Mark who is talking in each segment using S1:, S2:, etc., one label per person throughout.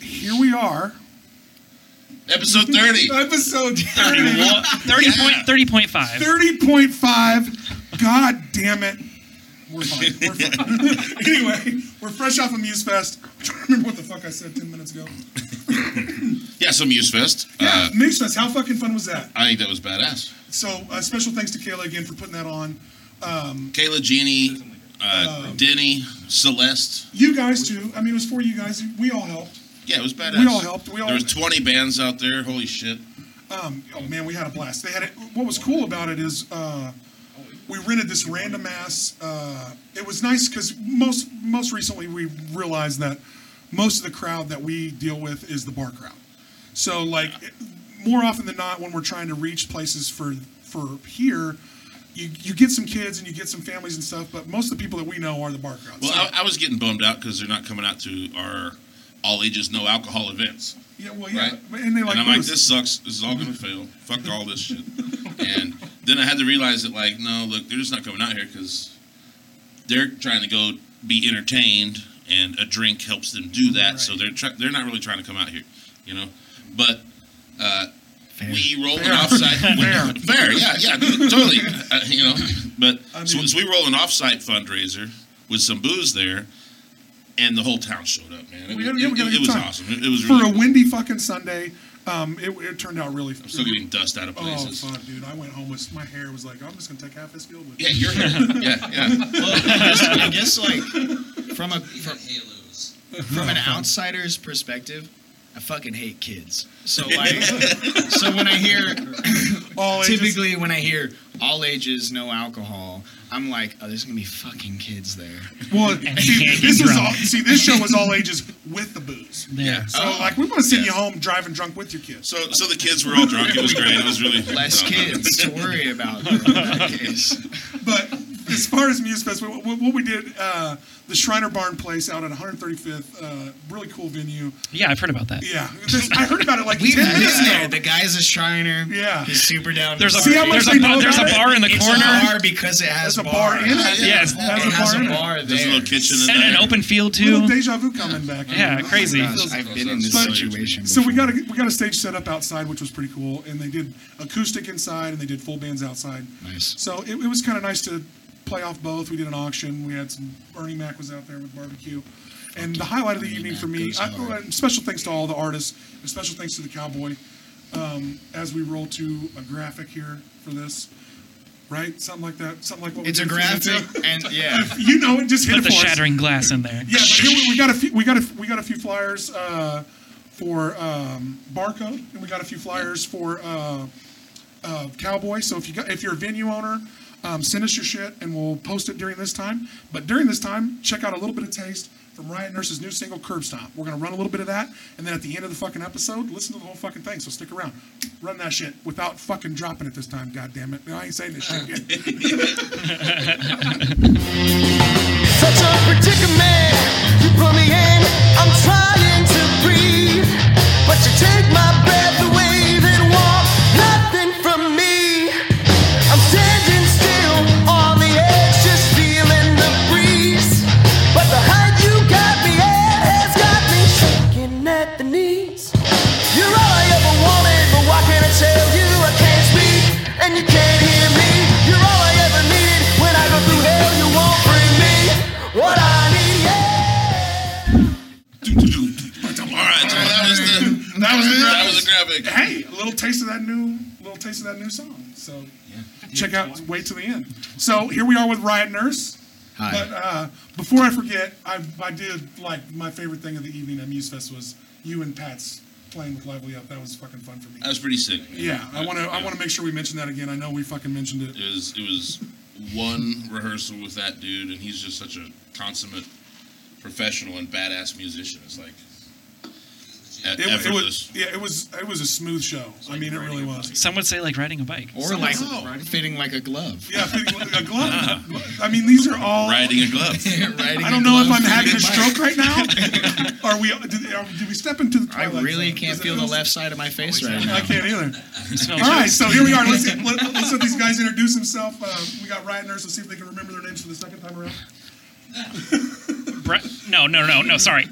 S1: here we are.
S2: Episode 30.
S1: Episode 30.
S3: 30 point, 30.5.
S1: 30.5. God damn it. We're fine. We're fine. anyway, we're fresh off of Muse Fest. I don't remember what the fuck I said 10 minutes ago.
S2: Yeah, some Use Fest.
S1: Yeah,
S2: Uh,
S1: Muse Fest. How fucking fun was that?
S2: I think that was badass.
S1: So, uh, special thanks to Kayla again for putting that on.
S2: Kayla, Jeannie,
S1: Um,
S2: uh, Denny, Celeste.
S1: You guys, too. I mean, it was for you guys. We all helped.
S2: Yeah, it was badass.
S1: We all helped. We all-
S2: there was 20 bands out there. Holy shit.
S1: Oh man, we had a blast. They had it. What was cool about it is uh, we rented this random ass. Uh, it was nice because most most recently we realized that most of the crowd that we deal with is the bar crowd. So like it- more often than not, when we're trying to reach places for for here. You, you get some kids and you get some families and stuff, but most of the people that we know are the bar crowd.
S2: Well,
S1: So-
S2: I, I was getting bummed out because they're not coming out to our all ages no alcohol events.
S1: yeah, well, yeah,
S2: right.
S1: but- and they like,
S2: and I'm like,
S1: us.
S2: this sucks. This is all gonna fail. Fuck all this shit. and then I had to realize that, like, no, look, they're just not coming out here because they're trying to go be entertained, and a drink helps them do that. So they're try- they're not really trying to come out here, you know. But uh, we rolling offsite. Fair. Fair, yeah, yeah, totally. Uh, you know, but so,
S1: mean-
S2: so we roll an offsite fundraiser with some booze there. And the whole town showed up, man. It,
S1: We had-
S2: was-
S1: yeah,
S2: it-
S1: we had a
S2: it
S1: good
S2: was
S1: time.
S2: awesome. It, it was
S1: for
S2: really
S1: a
S2: cool.
S1: windy fucking Sunday, um, it, it turned out really.
S2: I'm still getting dust out of
S1: Oh
S2: places.
S1: fuck, dude! I went home with my hair was like I'm just gonna take half this field with me.
S2: Yeah, you're here. yeah, yeah.
S4: Well, I guess, I guess, like from a from, from an outsider's perspective, I fucking hate kids. So like, so when I hear
S1: All ages.
S4: typically when I hear all ages no alcohol, I'm like, oh, there's gonna be fucking kids there.
S1: Well, see,
S3: can't get
S1: this was
S3: drunk.
S1: all. See, this show was all ages with the booze.
S3: There.
S1: So like, we want to send
S2: Yeah.
S1: you home driving drunk with your kids.
S2: So, so the kids were all drunk. It was great. It was really
S4: Less
S2: no, no.
S4: kids to worry about. In that case.
S1: But as far as Muse Fest, what, what what we did, uh, the Shriner Barn Place out at 135th, uh, really cool venue.
S3: Yeah, I've heard about that.
S1: Yeah, this, I heard about it like
S4: We
S1: 10
S4: met
S1: minutes
S4: this guy.
S1: ago.
S4: The guy's a Shriner.
S1: Yeah.
S4: He's super down. to
S3: There's a,
S1: See how
S4: party.
S1: much
S3: there's,
S1: they
S3: a
S1: know
S3: bar, there's a
S1: about it?
S3: bar in the
S4: It's
S3: corner
S4: a bar because it has
S1: There's a bar in it. There's
S3: Yes,
S4: it
S1: a
S4: has
S1: bar
S4: a
S1: in it.
S4: bar there.
S2: There's a little kitchen in
S3: and an
S2: there.
S3: open field
S1: Little
S3: too.
S1: deja vu coming back.
S3: Yeah,
S1: Oh my
S3: crazy.
S1: gosh.
S4: I've been in this
S1: But-
S4: situation.
S1: So we
S4: before.
S1: got a we got a stage set up outside, which was pretty cool, and they did acoustic inside and they did full bands outside.
S4: Nice.
S1: So it, it was kind of nice to play off both. We did an auction. We had some Bernie Mac was out there with barbecue, and the highlight of the evening for me.
S4: goes
S1: I,
S4: hard.
S1: and special thanks to all the artists, and special thanks to the cowboy. Um, as we roll to a graphic here for this, right? Something like that. Something like what we
S4: It's a
S1: did for you too.
S4: graphic, and yeah,
S1: You know, it just hit
S3: Put
S1: it
S3: the
S1: for us.
S3: shattering glass in there.
S1: Yeah, but here we, we got a few. We got a we got a few flyers uh, for um, barcode, and we got a few flyers for uh, uh, cowboy. So if you got if you're a venue owner, um, send us your shit, and we'll post it during this time. But during this time, check out a little bit of taste from Ryan Nurse's new single Curb Stomp. We're gonna run a little bit of that, and then at the end of the fucking episode, listen to the whole fucking thing. So stick around, run that shit without fucking dropping it this time. God damn it! No, I ain't saying this shit yet.
S5: Such a predicament you put me in. I'm trying to breathe, but you take my breath away. Then want nothing from me. I'm standing still on the edge, just feeling the breeze. But the height you got me at has got me shaking at the knees. You're all I ever wanted, but why can't I tell you I can't speak and you can't hear me? You're all I ever needed. When I go through hell, you won't bring me what I need. Yeah.
S2: All right, so that was the
S1: That was the
S2: that
S1: graphic.
S2: was the graphic.
S1: hey, a little taste of that new little taste of that new song. So check out wait till the end. So here we are with Riot Nurse.
S4: Hi.
S1: But uh, before I forget, I, I did like my favorite thing of the evening at Muse Fest was you and Pat's playing with Lively Up. That was fucking fun for me.
S2: That was pretty sick. man.
S1: yeah, I want to I
S2: Yeah.
S1: want to make sure we mention that again. I know we fucking mentioned it.
S2: It was it was one rehearsal with that dude, and he's just such a consummate professional and badass musician. It's like e-
S1: It, it
S2: effortless.
S1: was yeah, it was it was a smooth show. I mean, it really was.
S3: Some would say like riding a bike.
S4: or like fitting like a glove.
S1: Yeah, a glove. I mean, these are all
S2: Riding a glove.
S4: Riding
S1: I
S4: a
S1: don't know if
S4: glove
S1: I'm having a
S4: fitting
S1: stroke right now. are we? uh, Did, are, did we step into the?
S4: bike.
S1: Twilight
S4: I really
S1: zone?
S4: can't
S1: Is it-
S4: feel the left side of my face right
S1: I
S4: now.
S1: can't either.
S3: It smells
S1: All right,
S3: good.
S1: so here we are. Let's let, let's let these guys introduce themselves. Uh, we got Riot Nurse. Let's see if they can remember their names for the second time around.
S3: Bri- No, no, no, no. Sorry,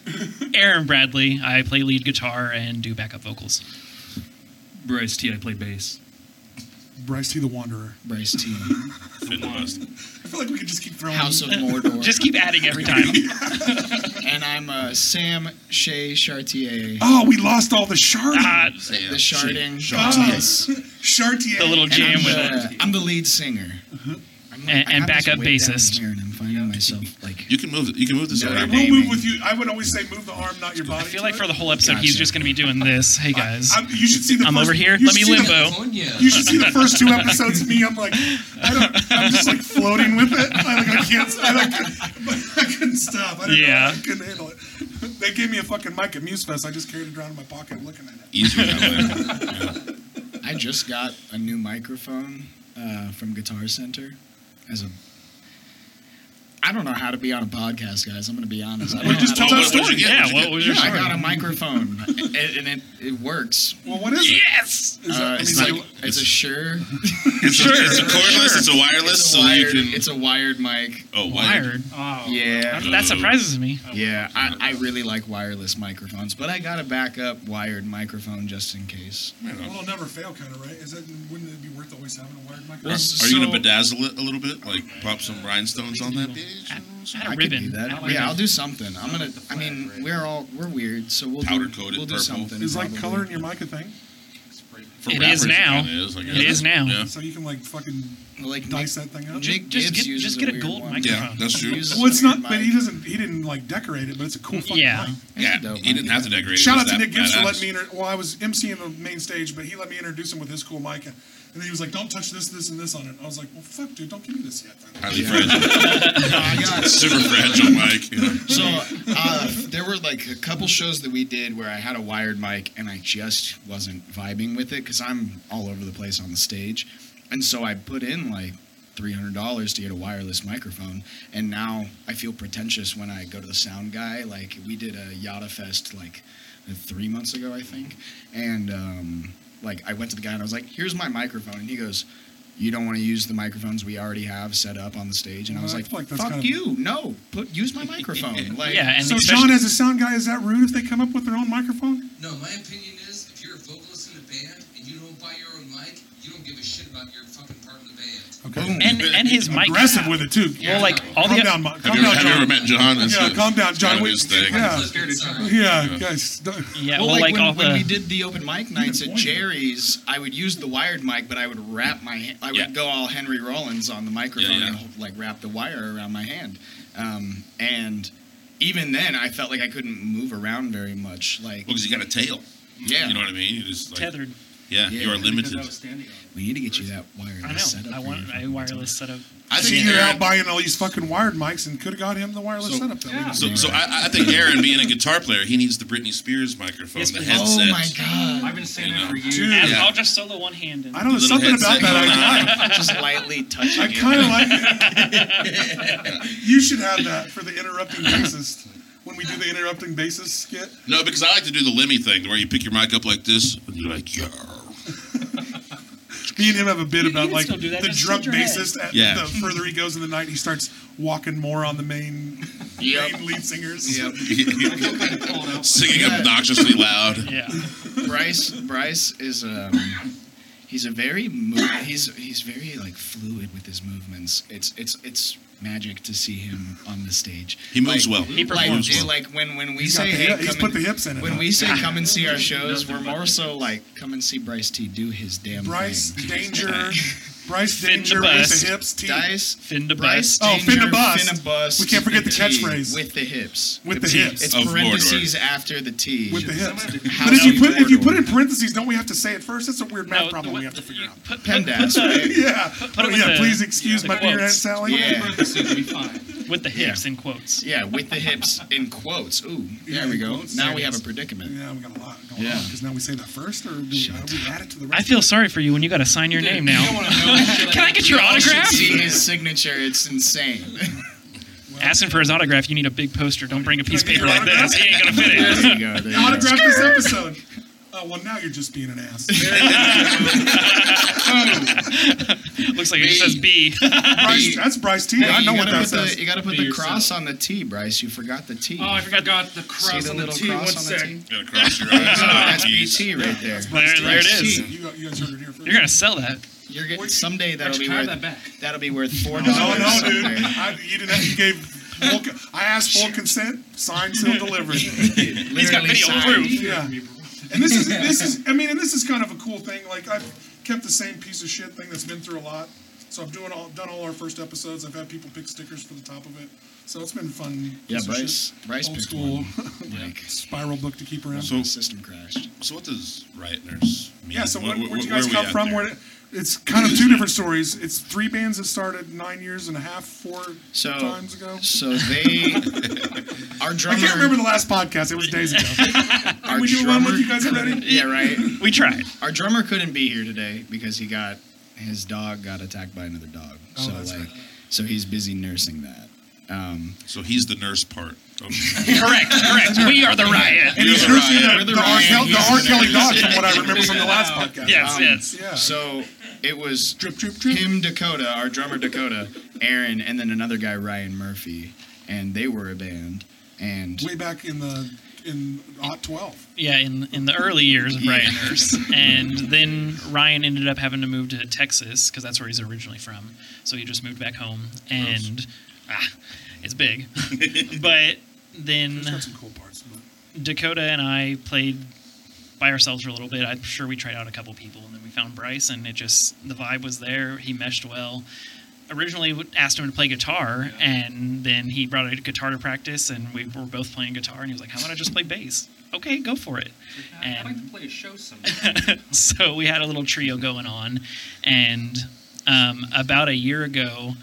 S3: Aaron Bradley. I play lead guitar and do backup vocals.
S6: Bryce T, I play bass.
S1: Bryce T. the Wanderer.
S4: Bryce T.
S2: Fitbust.
S1: I feel like we could just keep throwing.
S4: House of Mordor.
S3: Just keep adding every time.
S4: and I'm uh, Sam Shea Chartier.
S1: oh, we lost all the shard.
S3: Ah,
S2: Sam,
S4: The sharding.
S2: shit,
S1: Ah,
S2: sharding.
S1: Chartier.
S3: the little
S4: And
S3: jam
S4: I'm,
S3: with
S4: the,
S3: it.
S4: I'm the lead singer.
S1: Uh-huh.
S4: I'm like-
S3: And-
S4: I
S3: and
S4: got this
S3: backup
S4: way down
S3: bassist.
S4: Here and I'm finding myself like
S2: You can move. it- You can move this
S4: No,
S2: around.
S1: We'll
S4: naming.
S1: move with you. I would always say move the arm, not your body.
S3: I feel
S1: to
S3: like
S1: it.
S3: for the whole episode, he's
S4: Gotcha.
S3: just going to be doing this. Hey guys,
S1: I'm, you should see the.
S3: I'm
S1: first-
S3: over here.
S1: you
S3: Let me
S1: should see the-
S3: limbo.
S7: California.
S1: You should see the first two episodes. Me, I'm like, I don't. I'm just like floating with it. I like, I can't. I like, I couldn't stop. I didn't
S3: Yeah.
S1: know, I couldn't handle it. They gave me a fucking mic at Muse Fest. I just carried it around in my pocket, looking at it.
S2: Easier that way.
S4: I just got a new microphone uh, from Guitar Center as a. I don't know how to be on a podcast, guys. I'm going to be honest. I don't know
S1: just
S4: how
S1: tell
S4: to-
S1: us-
S2: What'd you get?
S3: Yeah,
S2: What'd you
S3: what
S2: get?
S3: was
S4: Yeah,
S3: your
S4: I
S3: story?
S4: got a microphone, and, and it, it works.
S1: Well, what is it?
S3: Yes.
S1: Is
S4: Uh,
S1: that,
S4: it's
S1: I
S4: like
S1: mean,
S4: it's a sure.
S2: It's, a, it's a cordless. It's a wireless,
S4: It's a
S2: so
S4: wired.
S2: you can.
S4: It's a wired mic.
S2: oh, wired.
S3: Wired.
S7: Oh.
S4: Yeah,
S3: That surprises me.
S2: Oh,
S4: yeah. I, I really like wireless microphones, but I got a backup wired microphone just in case.
S2: Right on.
S1: well, it'll never fail, kind of, right? Is that wouldn't it be worth always having a wired
S2: Are,
S1: microphone?
S2: are
S4: so-
S2: you gonna bedazzle it a little bit? Like pop some rhinestones on that bitch?
S3: I had
S4: I
S3: a
S4: could do
S3: ribbon.
S4: that.
S3: I like
S4: yeah,
S3: that.
S4: I'll do something. I'm gonna. I mean, we're all we're weird, so we'll
S2: Powder
S4: do,
S2: coated
S4: We'll do
S2: purple.
S4: something.
S1: Is like
S4: probably.
S1: coloring your mic a thing?
S2: For
S3: It
S2: rappers,
S3: is now.
S2: kinda is, I guess.
S3: It is now.
S2: Yeah,
S1: So you can like fucking
S4: like
S1: dice that thing up.
S4: Jake
S3: Just
S4: Gibbs
S3: get,
S4: uses
S3: just get a
S4: weird
S3: gold
S4: one.
S3: microphone.
S2: yeah, that's true.
S4: Uses
S1: Well, it's
S4: a weird
S1: not. But
S4: mic.
S1: he doesn't. He didn't like decorate it. But it's a cool fucking
S3: Yeah.
S1: mic.
S4: It's a
S2: Yeah,
S4: dope
S2: he didn't
S4: mic.
S2: have to decorate. it,
S1: Shout
S2: it
S1: out
S2: was
S1: to
S2: that
S1: Nick Gibbs for
S2: badass.
S1: letting me. Inter- well, I was emceeing the main stage, but he let me introduce him with his cool mic, and, and he was like, "Don't touch this, this, and this on it." I was like, "Well, fuck, dude, don't give me this yet." Then.
S2: Highly fragile,
S4: Oh, my God.
S2: super fragile mic. you know.
S4: So uh, there were like a couple shows that we did where I had a wired mic and I just wasn't vibing with it because I'm all over the place on the stage, and so I put in like three hundred dollars to get a wireless microphone, and now I feel pretentious when I go to the sound guy. Like we did a Yada Fest like three months ago, I think, and um, like I went to the guy and I was like, "Here's my microphone," and he goes. You don't want to use the microphones we already have set up on the stage, and I was
S1: Well, I
S4: like,
S1: feel like that's
S4: "Fuck
S1: kind of-
S4: you! No, put use my microphone." Like,
S3: Yeah, and
S1: So,
S3: especially-
S1: John, as a sound guy, is that rude if they come up with their own microphone?
S7: No, my opinion is if you're a vocalist in a band and you don't buy your own mic, you don't give a shit about your fucking part in the band.
S1: Okay.
S3: and and his mic.
S1: Aggressive with it too.
S3: Well, like all
S1: calm
S3: the
S1: down, Mike.
S2: Have
S1: Calm
S2: you, ever,
S1: down,
S2: have you ever
S1: John.
S2: met John? That's
S1: Yeah,
S2: a-
S1: calm down,
S2: it's
S1: John.
S2: kind of
S1: We-
S2: his thing.
S1: yeah.
S7: Scared of trouble.
S1: Yeah, guys. don't-
S3: yeah,
S4: well,
S3: well, like,
S4: like, when,
S3: all
S4: when we
S3: the
S4: did the open mic nights at
S1: point.
S4: Jerry's, I would use the wired mic, but I would wrap my ha- I would
S2: Yeah.
S4: go all Henry Rollins on the microphone
S2: yeah.
S4: and like wrap the wire around my hand, um, and even then I felt like I couldn't move around very much.
S2: Well,
S4: Like,
S2: because you got a tail.
S4: yeah,
S2: You know what I mean? You just like,
S3: tethered.
S2: Yeah,
S4: Yeah.
S2: you are limited.
S4: we need to get you that
S3: I
S4: wireless
S3: know.
S4: setup.
S3: I
S4: for
S3: want
S4: your
S3: a
S4: fucking
S3: wireless setup.
S2: I
S1: See, you're
S2: Aaron-
S1: out buying all these fucking wired mics and could have got him the wireless
S2: So-
S1: setup. That we just-
S2: So, so I, I think Aaron, being a guitar player, he needs the Britney Spears microphone,
S3: Yes,
S2: the
S3: please.
S2: headset.
S4: Oh my god!
S6: I've been saying
S2: You
S6: that
S2: know.
S6: for years.
S1: Dude.
S3: And
S2: Yeah.
S3: I'll just solo one handed.
S1: I don't know
S2: The little
S1: something about
S2: headset
S1: that.
S2: going
S1: I,
S2: on.
S4: Just lightly touching.
S1: I
S4: it.
S1: kind of like it. You should have that for the interrupting bassist when we do the interrupting bassist skit.
S2: No, because I like to do the Lemmy thing, where you pick your mic up like this, and you're like, yeah.
S1: Me and him have a bit about
S3: can
S1: like
S3: still do that,
S1: the
S3: just
S1: drunk
S3: tilt your head.
S1: bassist. At,
S2: Yeah.
S1: The further he goes in the night, he starts walking more on the main,
S4: Yep.
S1: main lead singers.
S4: Yep.
S2: Singing obnoxiously loud.
S3: Yeah.
S4: Bryce Bryce is um he's a very mov- he's he's very like fluid with his movements. It's it's it's magic to see him on the stage.
S2: He moves
S4: Like-
S2: well.
S3: He
S4: Like,
S3: performs
S4: dude,
S2: well.
S4: like when when we
S1: He's got
S4: say
S1: the
S4: hey,
S1: hip- he's
S4: come
S1: put
S4: and-
S1: the hips in it,
S4: When
S1: huh?
S4: we say come and see our shows, we're more so like come and see Bryce T do his damn
S1: Bryce
S4: thing.
S1: Danger. Bryce
S3: the
S1: Danger with
S3: bust.
S1: the hips. T.
S4: Dice
S3: Finn to
S4: Bryce
S3: bust.
S1: Oh,
S4: Danger,
S1: fin to bust.
S4: Fin to bust,
S1: We can't forget the
S4: T,
S1: catchphrase.
S4: with the hips.
S1: With the
S4: T.
S1: hips.
S4: It's
S2: Of
S4: parentheses after the T.
S1: With the hips.
S4: How
S1: But if you
S4: do
S1: put if you put
S4: order?
S1: in parentheses, don't we have to say it first? That's a weird math
S3: No,
S1: problem
S3: what-
S1: we have to figure
S3: you
S1: out.
S3: Put, put, put
S4: Pendas,
S3: the-
S4: right?
S1: Yeah.
S3: put it
S1: Oh,
S3: with
S1: yeah.
S3: the-
S1: Please excuse
S3: the
S1: my beer, Aunt
S3: quotes.
S1: Sally.
S4: Yeah.
S6: It'll be fine.
S3: with the hips in quotes.
S4: Yeah, with the hips in quotes. Ooh, there we go. Now we have a predicament.
S1: Yeah, we got a lot going
S4: Yeah.
S1: on because now we say that first, or do we,
S4: Shit.
S1: how do we add it to the
S3: I
S1: rest?
S3: feel sorry for you when you got to sign your name now. Can I Oh, get your
S4: You should
S3: autograph?
S4: see his signature. It's insane.
S3: Asking for his autograph, you need a big poster. Don't bring a piece of
S1: Can I get
S3: paper like
S1: your
S3: this. He ain't gonna fit it.
S4: There you go. There you go.
S1: autograph this episode. Oh well, now you're just being an ass.
S3: Looks like it just says B.
S1: Bryce, that's Bryce T. I
S4: you
S1: know what
S4: gotta
S1: that
S4: put the-
S1: says.
S4: you got to put
S6: Be
S4: the
S6: yourself.
S4: cross on the T, Bryce. You forgot the T.
S6: Oh, I forgot the cross
S4: See the
S6: on the
S4: little
S6: T. One
S4: cross on the
S6: sec.
S4: T?
S2: Gotta cross your eyes.
S4: Oh, That's
S2: Jeez.
S4: BT right
S3: there,
S4: there.
S3: there it
S4: Bryce
S3: is.
S4: T.
S1: You, got, you guys heard it here 1st
S3: You're gonna sell that.
S4: You're getting
S1: Which-
S4: someday that'll
S6: Actually,
S4: be
S6: can I have
S4: worth
S6: that back?
S4: that'll be worth four
S1: No,
S4: dollars.
S1: Oh, no, dude.
S4: somewhere.
S1: I, you didn't. have- You gave. Full, con- I asked full consent. Signed, sealed, delivered.
S3: He's got
S4: Literally
S3: video
S4: signed.
S3: proof.
S1: Yeah. And this is this is. I mean, and this is kind of a cool thing. Like I've kept the same piece of shit thing that's been through a lot. So I've doing all done all our first episodes. I've had people pick stickers for the top of it. So it's been fun.
S4: Yeah,
S1: piece of
S4: Bryce-
S1: shit.
S4: Bryce
S1: Old
S4: picked
S1: school
S4: Like,
S1: spiral book to keep around.
S2: So,
S4: system crashed.
S2: so what does riot nurse mean?
S1: Yeah, so
S2: Wh-
S1: where,
S2: wh-
S1: where'd you
S2: where
S1: guys
S2: are we
S1: come
S2: at
S1: from?
S2: there?
S1: Where it's kind of two different stories. It's three bands that started nine years and a half, four
S4: So
S1: times ago.
S4: so they our drummer.
S1: I can't remember the last podcast. It was days ago.
S4: Our
S1: we do one
S4: drummer
S1: with you guys already?
S4: Yeah, right.
S3: We tried.
S4: Our drummer couldn't be here today because he got his dog got attacked by another dog.
S1: Oh,
S4: so
S1: that's
S4: like,
S1: right. Uh-huh.
S4: so he's busy nursing that. Um,
S2: So he's the nurse part. Of
S3: correct, correct. We are the riot.
S1: And he's
S2: You're the
S1: nursing
S2: riot.
S1: the,
S4: We're the
S1: the, R.
S4: riot.
S1: Kelly, the
S4: He's
S1: R.
S4: the
S1: Kelly
S4: riot.
S1: dog from what I remember from the last
S3: Ah,
S1: podcast.
S3: Yes, yes.
S1: Yeah.
S4: So it was
S1: Drip, drip, drip.
S4: him, Dakota, our drummer Dakota, Aaron, and then another guy Ryan Murphy, and they were a band. And
S1: Way back in the in Hot 12.
S3: Yeah, in in the early years of Riot Nurse, and then Ryan ended up having to move to Texas because that's where he's originally from. So he just moved back home, and ah, it's big. but then
S1: It's got some cool parts. But
S3: Dakota and I played by ourselves for a little bit. I'm sure we tried out a couple people, and then we found Bryce, and it just the vibe was there. He meshed well. Originally w- asked him to play guitar, and then he brought a guitar to practice, and we were both playing guitar. And he was like, "How about I just play bass?" Okay, go for it.
S6: I'd like
S3: And
S6: to play a show sometime.
S3: so we had a little trio going on, and um, about a year ago,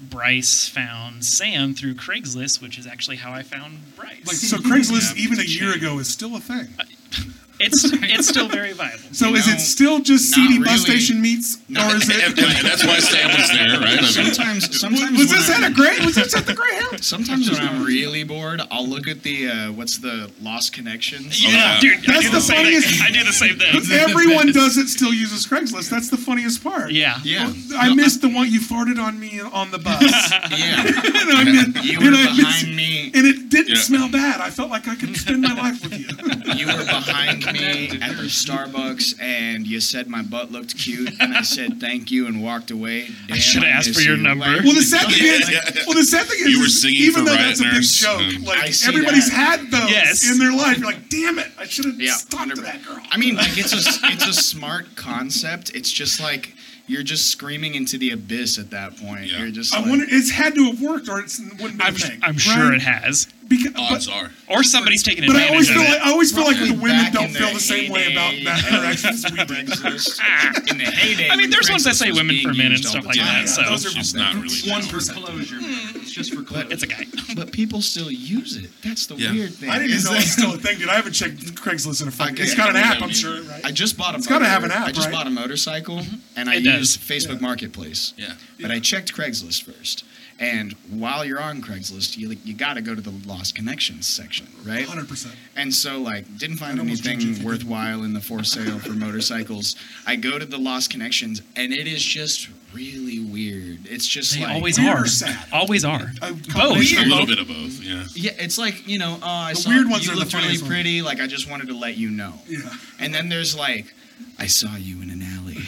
S3: Bryce found Sam through Craigslist, which is actually how I found
S1: like,
S3: Bryce.
S1: so Craigslist, even a year ago, is still a thing.
S3: it's it's still very viable.
S1: So is
S4: Uh, know,
S1: it still just
S4: not
S1: CD bus
S4: really.
S1: station meets, or is it?
S2: that's why Sam was there, right? I mean,
S4: sometimes, sometimes
S1: Was
S4: when
S1: this at
S4: I'm-
S1: a great? Was this at the Greyhound?
S4: Sometimes when I'm really bored, I'll look at the uh, what's the lost connections.
S2: yeah.
S3: dude, I
S1: That's
S3: do
S1: the
S3: same thing.
S1: funniest-
S3: I do the same thing.
S1: Everyone does it. Still uses Craigslist. That's the funniest part.
S3: Yeah.
S4: Yeah,
S1: I missed the one you farted on me on the bus, and
S4: yeah.
S1: I meant,
S4: You were
S1: and, I missed,
S4: behind me.
S1: and it didn't
S2: Yeah.
S1: smell bad. I felt like I could spend my life with you.
S4: You were behind me at the Starbucks, and you said my butt looked cute, and I said thank you and walked away. Damn,
S3: should have asked
S4: miss
S3: for your
S4: you.
S3: number.
S4: Like,
S1: Well, the sad thing
S2: Yeah,
S1: is,
S2: yeah.
S1: well, the sad thing is,
S2: You were
S1: is
S2: singing
S1: even
S2: for
S1: though
S2: Riot
S1: that's a big
S2: Nurse,
S1: joke,
S2: um,
S1: like
S4: I see
S1: everybody's
S4: that.
S1: had those
S3: Yes.
S1: in their life. You're like, damn it, I should have
S4: Yeah,
S1: talked to that girl.
S4: I mean, like it's a it's a smart concept. It's just like you're just screaming into the abyss at that point.
S2: Yeah.
S4: You're just.
S1: I
S4: like,
S1: wonder. It's had to have worked, or it's wouldn't be a
S3: I'm,
S1: thing.
S3: I'm sure
S1: right?
S3: it has,
S1: Because,
S2: odds
S1: but,
S2: are.
S3: or somebody's taking
S1: but I always
S3: advantage of
S1: feel like
S3: it.
S1: I always feel like the
S4: Probably
S1: women
S4: back
S1: don't
S4: in
S1: feel
S4: the
S1: the same way about
S4: heyday
S1: that
S4: of
S1: interaction as we do.
S4: Craigslist. in the heyday.
S3: I mean,
S4: when
S3: there's ones that
S4: Craigslist
S3: say
S4: was
S3: women
S4: being
S3: for men and
S4: used all
S3: stuff
S4: the
S3: like
S4: time.
S3: that, so-
S1: those are
S2: She's not really.
S6: One for closure, man. It's just for closure.
S3: It's a guy.
S4: But people still use it. That's the
S2: Yeah.
S4: weird thing.
S1: I didn't
S4: is
S1: even know
S4: that-
S1: it's still a thing, dude. I haven't checked Craigslist in a fucking.
S4: Okay.
S1: It's got an app,
S2: Yeah.
S1: I'm sure, right?
S4: I just bought a.
S1: It's gotta have an app,
S4: I just
S1: right? Mm-hmm.
S4: bought a motorcycle, and I
S3: It does.
S4: used Facebook Marketplace.
S2: Yeah.
S4: But I checked Craigslist first, and while you're on Craigslist, you you got to go to the lost connections section, right?
S1: Hundred percent.
S4: And so, like, didn't find
S1: I'd almost change it if
S4: anything
S1: you
S4: worthwhile in the for sale for motorcycles. I go to the Lost Connections, and it is just really weird. It's just
S3: They
S4: like
S3: always
S1: Weird
S3: are.
S1: or sad?
S3: Always are.
S1: A
S3: Both.
S1: combination
S2: A
S1: of
S2: little
S1: both.
S2: bit of both. Yeah.
S4: yeah, it's like you know, oh, I
S1: The
S4: saw
S1: weird ones
S4: you
S1: are the
S4: looked really
S1: funniest ones.
S4: pretty. Like, I just wanted to let you know.
S1: Yeah.
S4: And then there's like, I saw you in an alley.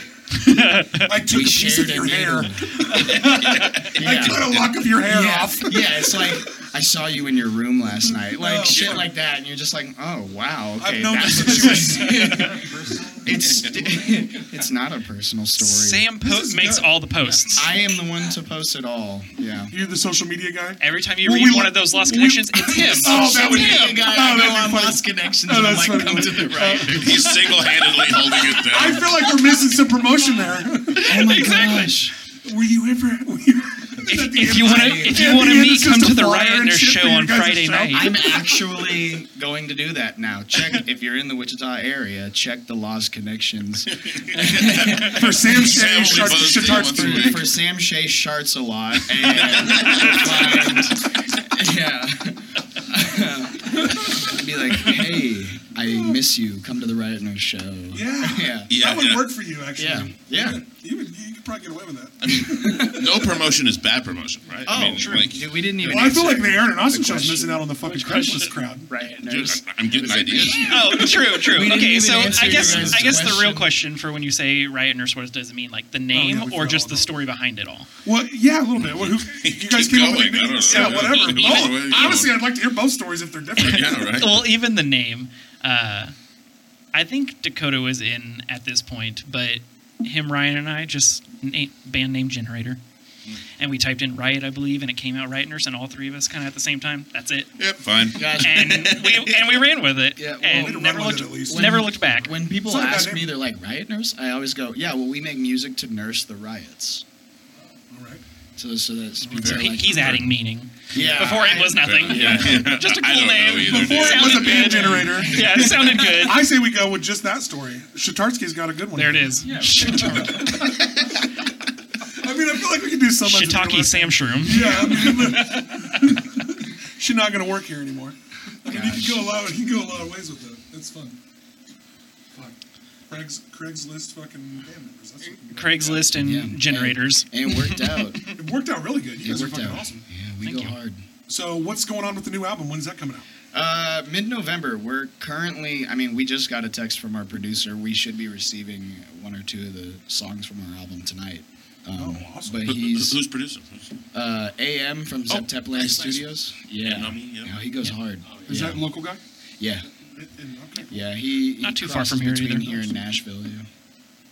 S1: I took a
S4: We
S1: piece of
S4: shared a
S1: your hair.
S4: needle.
S1: I
S4: Yeah.
S1: cut a lock of your hair
S4: yeah.
S1: off.
S4: yeah, it's like I saw you in your room last night, like
S1: Oh,
S4: shit
S1: yeah.
S4: like that, and you're just like, oh wow, okay,
S1: I've known
S4: that's
S1: this
S4: what this
S1: since you
S4: is.
S1: were.
S4: It's it's not a personal story.
S3: Sam po-
S1: is
S3: makes
S1: good.
S3: all the posts.
S4: I am the one to post it all. Yeah.
S1: You're the social media guy.
S3: Every time you
S1: Well,
S3: read
S1: we
S3: one
S1: lo-
S3: of those lost
S1: we-
S3: connections, it's him.
S1: Oh, that would be.
S4: Yeah,
S1: Oh,
S4: you gotta go
S1: that
S4: on
S1: would be funny.
S4: Lost Connections
S1: Oh,
S4: and
S1: that's
S4: like
S1: funny.
S4: come to the right.
S2: He's single-handedly holding it
S1: I
S2: down.
S1: feel like we're missing some promotion there.
S4: Oh my
S3: Exactly.
S4: gosh.
S1: Were you ever? Were you,
S3: If, if you want to, if you
S1: At
S3: want
S1: the
S3: to
S1: end,
S3: meet,
S1: it's
S3: come
S1: just
S3: to
S1: a
S3: the
S1: flyer
S3: Riot
S1: and
S3: Nurse
S1: shit for
S3: show
S1: your
S3: on
S1: guys'
S3: Friday
S1: show.
S3: night.
S4: I'm actually going to do that now. Check if you're in the Wichita area, check the Lost Connections
S1: for Sam Shea,
S2: Sam
S1: Shar-
S2: Shea
S1: Shar-
S2: Shar-
S1: Shar-
S4: for, for Sam Shea Sharts a lot and find- yeah. Be like, hey, I miss you. Come to the Riot Nurse show.
S1: Yeah.
S4: Yeah.
S1: That
S2: Yeah,
S1: would
S2: yeah.
S1: work for you, actually.
S4: Yeah. Yeah.
S1: You would, you, probably get away with that.
S2: I mean, no promotion is bad promotion, right? I
S4: Oh,
S2: mean,
S4: true.
S2: like,
S4: Dude, we didn't even.
S1: Well, I feel
S4: answer
S1: like the Aaron and Austin
S4: the
S1: show's
S4: question.
S1: missing out on the fucking
S3: Which question?
S1: Craigslist crowd.
S4: Right. and
S2: dude,
S4: there's-
S2: I- I'm getting ideas.
S3: Oh, true, true.
S4: We didn't
S3: Okay,
S4: even
S3: so
S4: answer
S3: I guess
S4: your guys'
S3: I guess the real
S4: question. Oh,
S3: question for when you say Riot Nurse, what does it mean? Like the name
S1: we
S3: or
S1: forgot
S3: just
S1: all
S3: the
S1: about
S3: story behind it all?
S1: Well, yeah, a little bit. Well, who, you guys
S2: Keep
S1: came up with
S2: going, I don't
S1: the
S2: know.
S1: Yeah, whatever.
S2: Even-
S1: Both-
S2: Where are you
S1: honestly,
S2: going?
S1: I'd like to hear both stories if they're different.
S2: yeah, right.
S3: Well, even the name. Uh, I think Dakota was in at this point, but him, Ryan, and I just na- band name generator.
S4: Hmm.
S3: And we typed in Riot, I believe, and it came out Riot Nurse, and all three of us kind of at the same time. That's it.
S2: Yep, fine.
S4: Guys,
S3: And we, and we ran with it.
S4: Yeah, well,
S3: and
S4: we
S1: had to
S3: never
S1: run with
S3: looked,
S1: it at least.
S3: never looked back.
S4: When people
S1: Sorry,
S4: ask
S1: goddamn.
S4: me, they're like, riot nurse? I always go, yeah, well, we make music to nurse the riots.
S1: All right.
S4: So, so that's people
S3: So
S4: are
S3: he-
S4: like,
S3: he's adding meaning.
S4: Yeah.
S3: Before it
S4: I-
S3: was nothing.
S2: Yeah.
S3: Just a cool
S2: I don't
S3: name.
S2: know either.
S1: Before it
S2: dude.
S1: was a
S3: Sounded
S1: band
S3: good.
S1: generator.
S3: Yeah, it sounded good.
S1: I say we go with just that story. Shatarsky's got a good one.
S3: There it is.
S6: Yeah.
S1: I mean, I feel like we can do so much. with
S3: Shiitake
S1: Gillette.
S3: Sam Shroom.
S1: Yeah. I mean, look. She's not going to work here anymore. I mean,
S4: Oh Gosh.
S1: you can go a lot. You can go a lot of ways with that. It's fun. Fuck. Craig's, Craigslist fucking band members. That's what we-
S3: Craigslist and
S4: Yeah.
S3: generators.
S4: And it worked out. it
S1: It worked out really good. You guys are
S4: worked
S1: fucking
S4: out.
S1: awesome.
S4: Yeah, we
S3: Thank
S4: go
S3: you.
S4: hard.
S1: So what's going on with the new album? When's that coming out?
S4: Uh, Mid November, we're currently, I mean, we just got a text from our producer. We should be receiving one or two of the songs from our album tonight. Um,
S1: Oh, awesome.
S4: But
S2: Who- who-
S4: he's
S2: Who's producing?
S4: uh, AM from
S2: Oh, nice,
S4: Zepteplan
S2: nice.
S4: Studios. Yeah.
S2: Yeah, Nami, yeah.
S4: No, he goes hard.
S1: Is
S4: yeah.
S1: that local guy?
S4: yeah.
S1: In- in- okay, cool.
S4: Yeah, he, he
S3: Not too far
S4: crosses
S3: from here
S4: between
S3: either.
S4: here and Nashville. Yeah.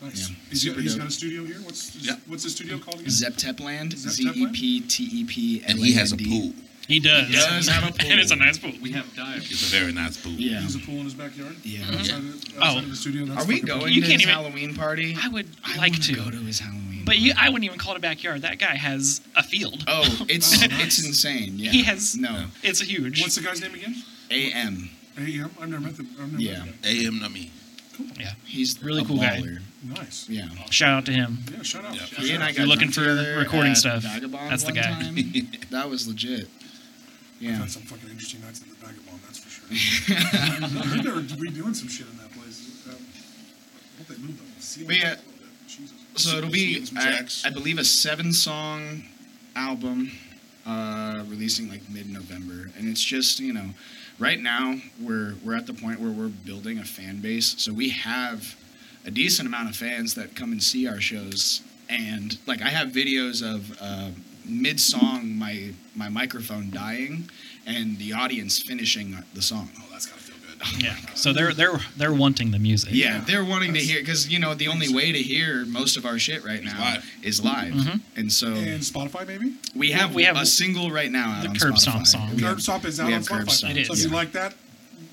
S1: Nice.
S4: Yeah.
S1: He's got,
S4: Super
S1: he's
S4: dope.
S1: got a studio here. What's his,
S2: Yeah.
S1: what's his studio called again?
S4: Zeptepland, Z E
S1: Zeptepland?
S4: P T E P,
S2: And he has a pool.
S3: He does.
S4: He does have a
S3: and it's a
S4: pool.
S3: nice pool.
S6: We have dived.
S2: It's a very nice pool.
S4: Yeah.
S1: He has a pool in his backyard.
S4: Yeah.
S1: Outside of,
S3: Oh.
S1: outside of the studio. That's
S4: Are we
S1: fucking dope.
S4: going
S3: You
S4: to
S3: can't
S4: his
S3: even-
S4: Halloween party?
S3: I would
S4: I
S3: like
S4: wanna
S3: to.
S4: go to his Halloween.
S3: But you, I wouldn't even call it a backyard. That guy has a field.
S4: Oh, it's
S1: Oh, nice.
S4: it's insane. Yeah.
S3: He has-
S4: no
S3: It's huge.
S1: What's the guy's name again?
S4: AM.
S1: AM. I've never met the. I've never
S4: Yeah.
S1: Met
S2: A.M. Nami.
S3: yeah.
S4: He's
S3: Really
S4: a
S3: cool guy.
S4: baller.
S1: the guy. Nice.
S4: Yeah.
S3: Shout out to him.
S1: Yeah. Shout out.
S2: Yeah.
S1: Shout
S4: He and
S1: out.
S4: I got
S3: You're looking
S4: drunk
S3: for
S4: together
S3: recording
S4: at
S3: stuff.
S4: Vagabond
S3: That's the
S4: one
S3: guy.
S4: time. that was legit.
S1: I've
S4: Yeah.
S1: had some fucking interesting nights at the Vagabond. That's for sure. I heard they were redoing some shit in that place. Uh, I hope they moved the ceiling.
S4: But yeah.
S1: up a little bit. Jesus.
S4: So it'll
S2: Should we
S4: be,
S2: get some
S4: I,
S2: tracks?
S4: I believe, a seven-song album, uh, releasing like mid-November, and it's just you know, right now we're we're at the point where we're building a fan base, so we have a decent amount of fans that come and see our shows, and like I have videos of uh, mid-song my my microphone dying, and the audience finishing the song.
S1: Oh, that's gotta feel good.
S3: Yeah. So they're they're they're wanting the music.
S4: Yeah, they're wanting to hear because you know the only way to hear most of our shit right now
S2: live.
S4: is live, and so
S1: And Spotify, maybe?
S4: we have
S3: Mm-hmm. We have
S4: a single right now out
S3: the
S4: on
S3: Curb
S4: Spotify.
S3: Stomp song.
S4: We have
S1: Curb Stomp is out
S4: we
S1: on
S4: have Curb
S1: Spotify.
S4: Stomp.
S3: It is.
S1: So if you
S4: Yeah.
S1: like that,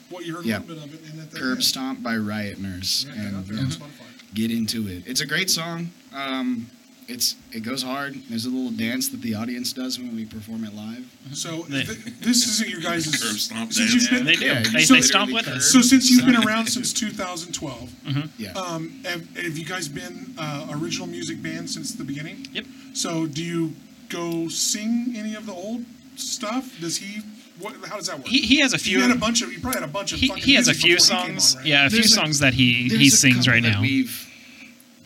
S1: what you heard a
S4: Yeah.
S1: little bit of it, and that
S4: Curb Stomp by Riot Nurse,
S1: Yeah, get out
S4: and Mm-hmm.
S1: there on Spotify.
S4: get into it. It's a great song. Um, it's it goes hard. There's a little dance that the audience does when we perform it live.
S1: So
S3: They-
S1: th- this isn't your guys'
S2: Curb Stomp
S1: Since
S2: dance.
S1: you've
S3: They
S1: been,
S3: do.
S4: Yeah,
S3: they
S1: so-
S3: they stomp with us.
S1: so since you've been around since 2012,
S4: Yeah.
S1: um, have, have you guys been uh, original music band since the beginning?
S3: Yep.
S1: So do you go sing any of the old stuff? Does he? What, how does that work?
S3: He, he has a
S1: you
S3: few.
S1: had a bunch of. You probably had a bunch of.
S3: He,
S1: fucking
S3: he has a
S1: music
S3: few
S1: before he came
S3: songs.
S1: on, right?
S3: Yeah, a few
S4: There's a-
S3: songs that he
S4: There's
S3: he
S4: a
S3: sings
S4: couple
S3: right
S4: that
S3: now.
S4: We've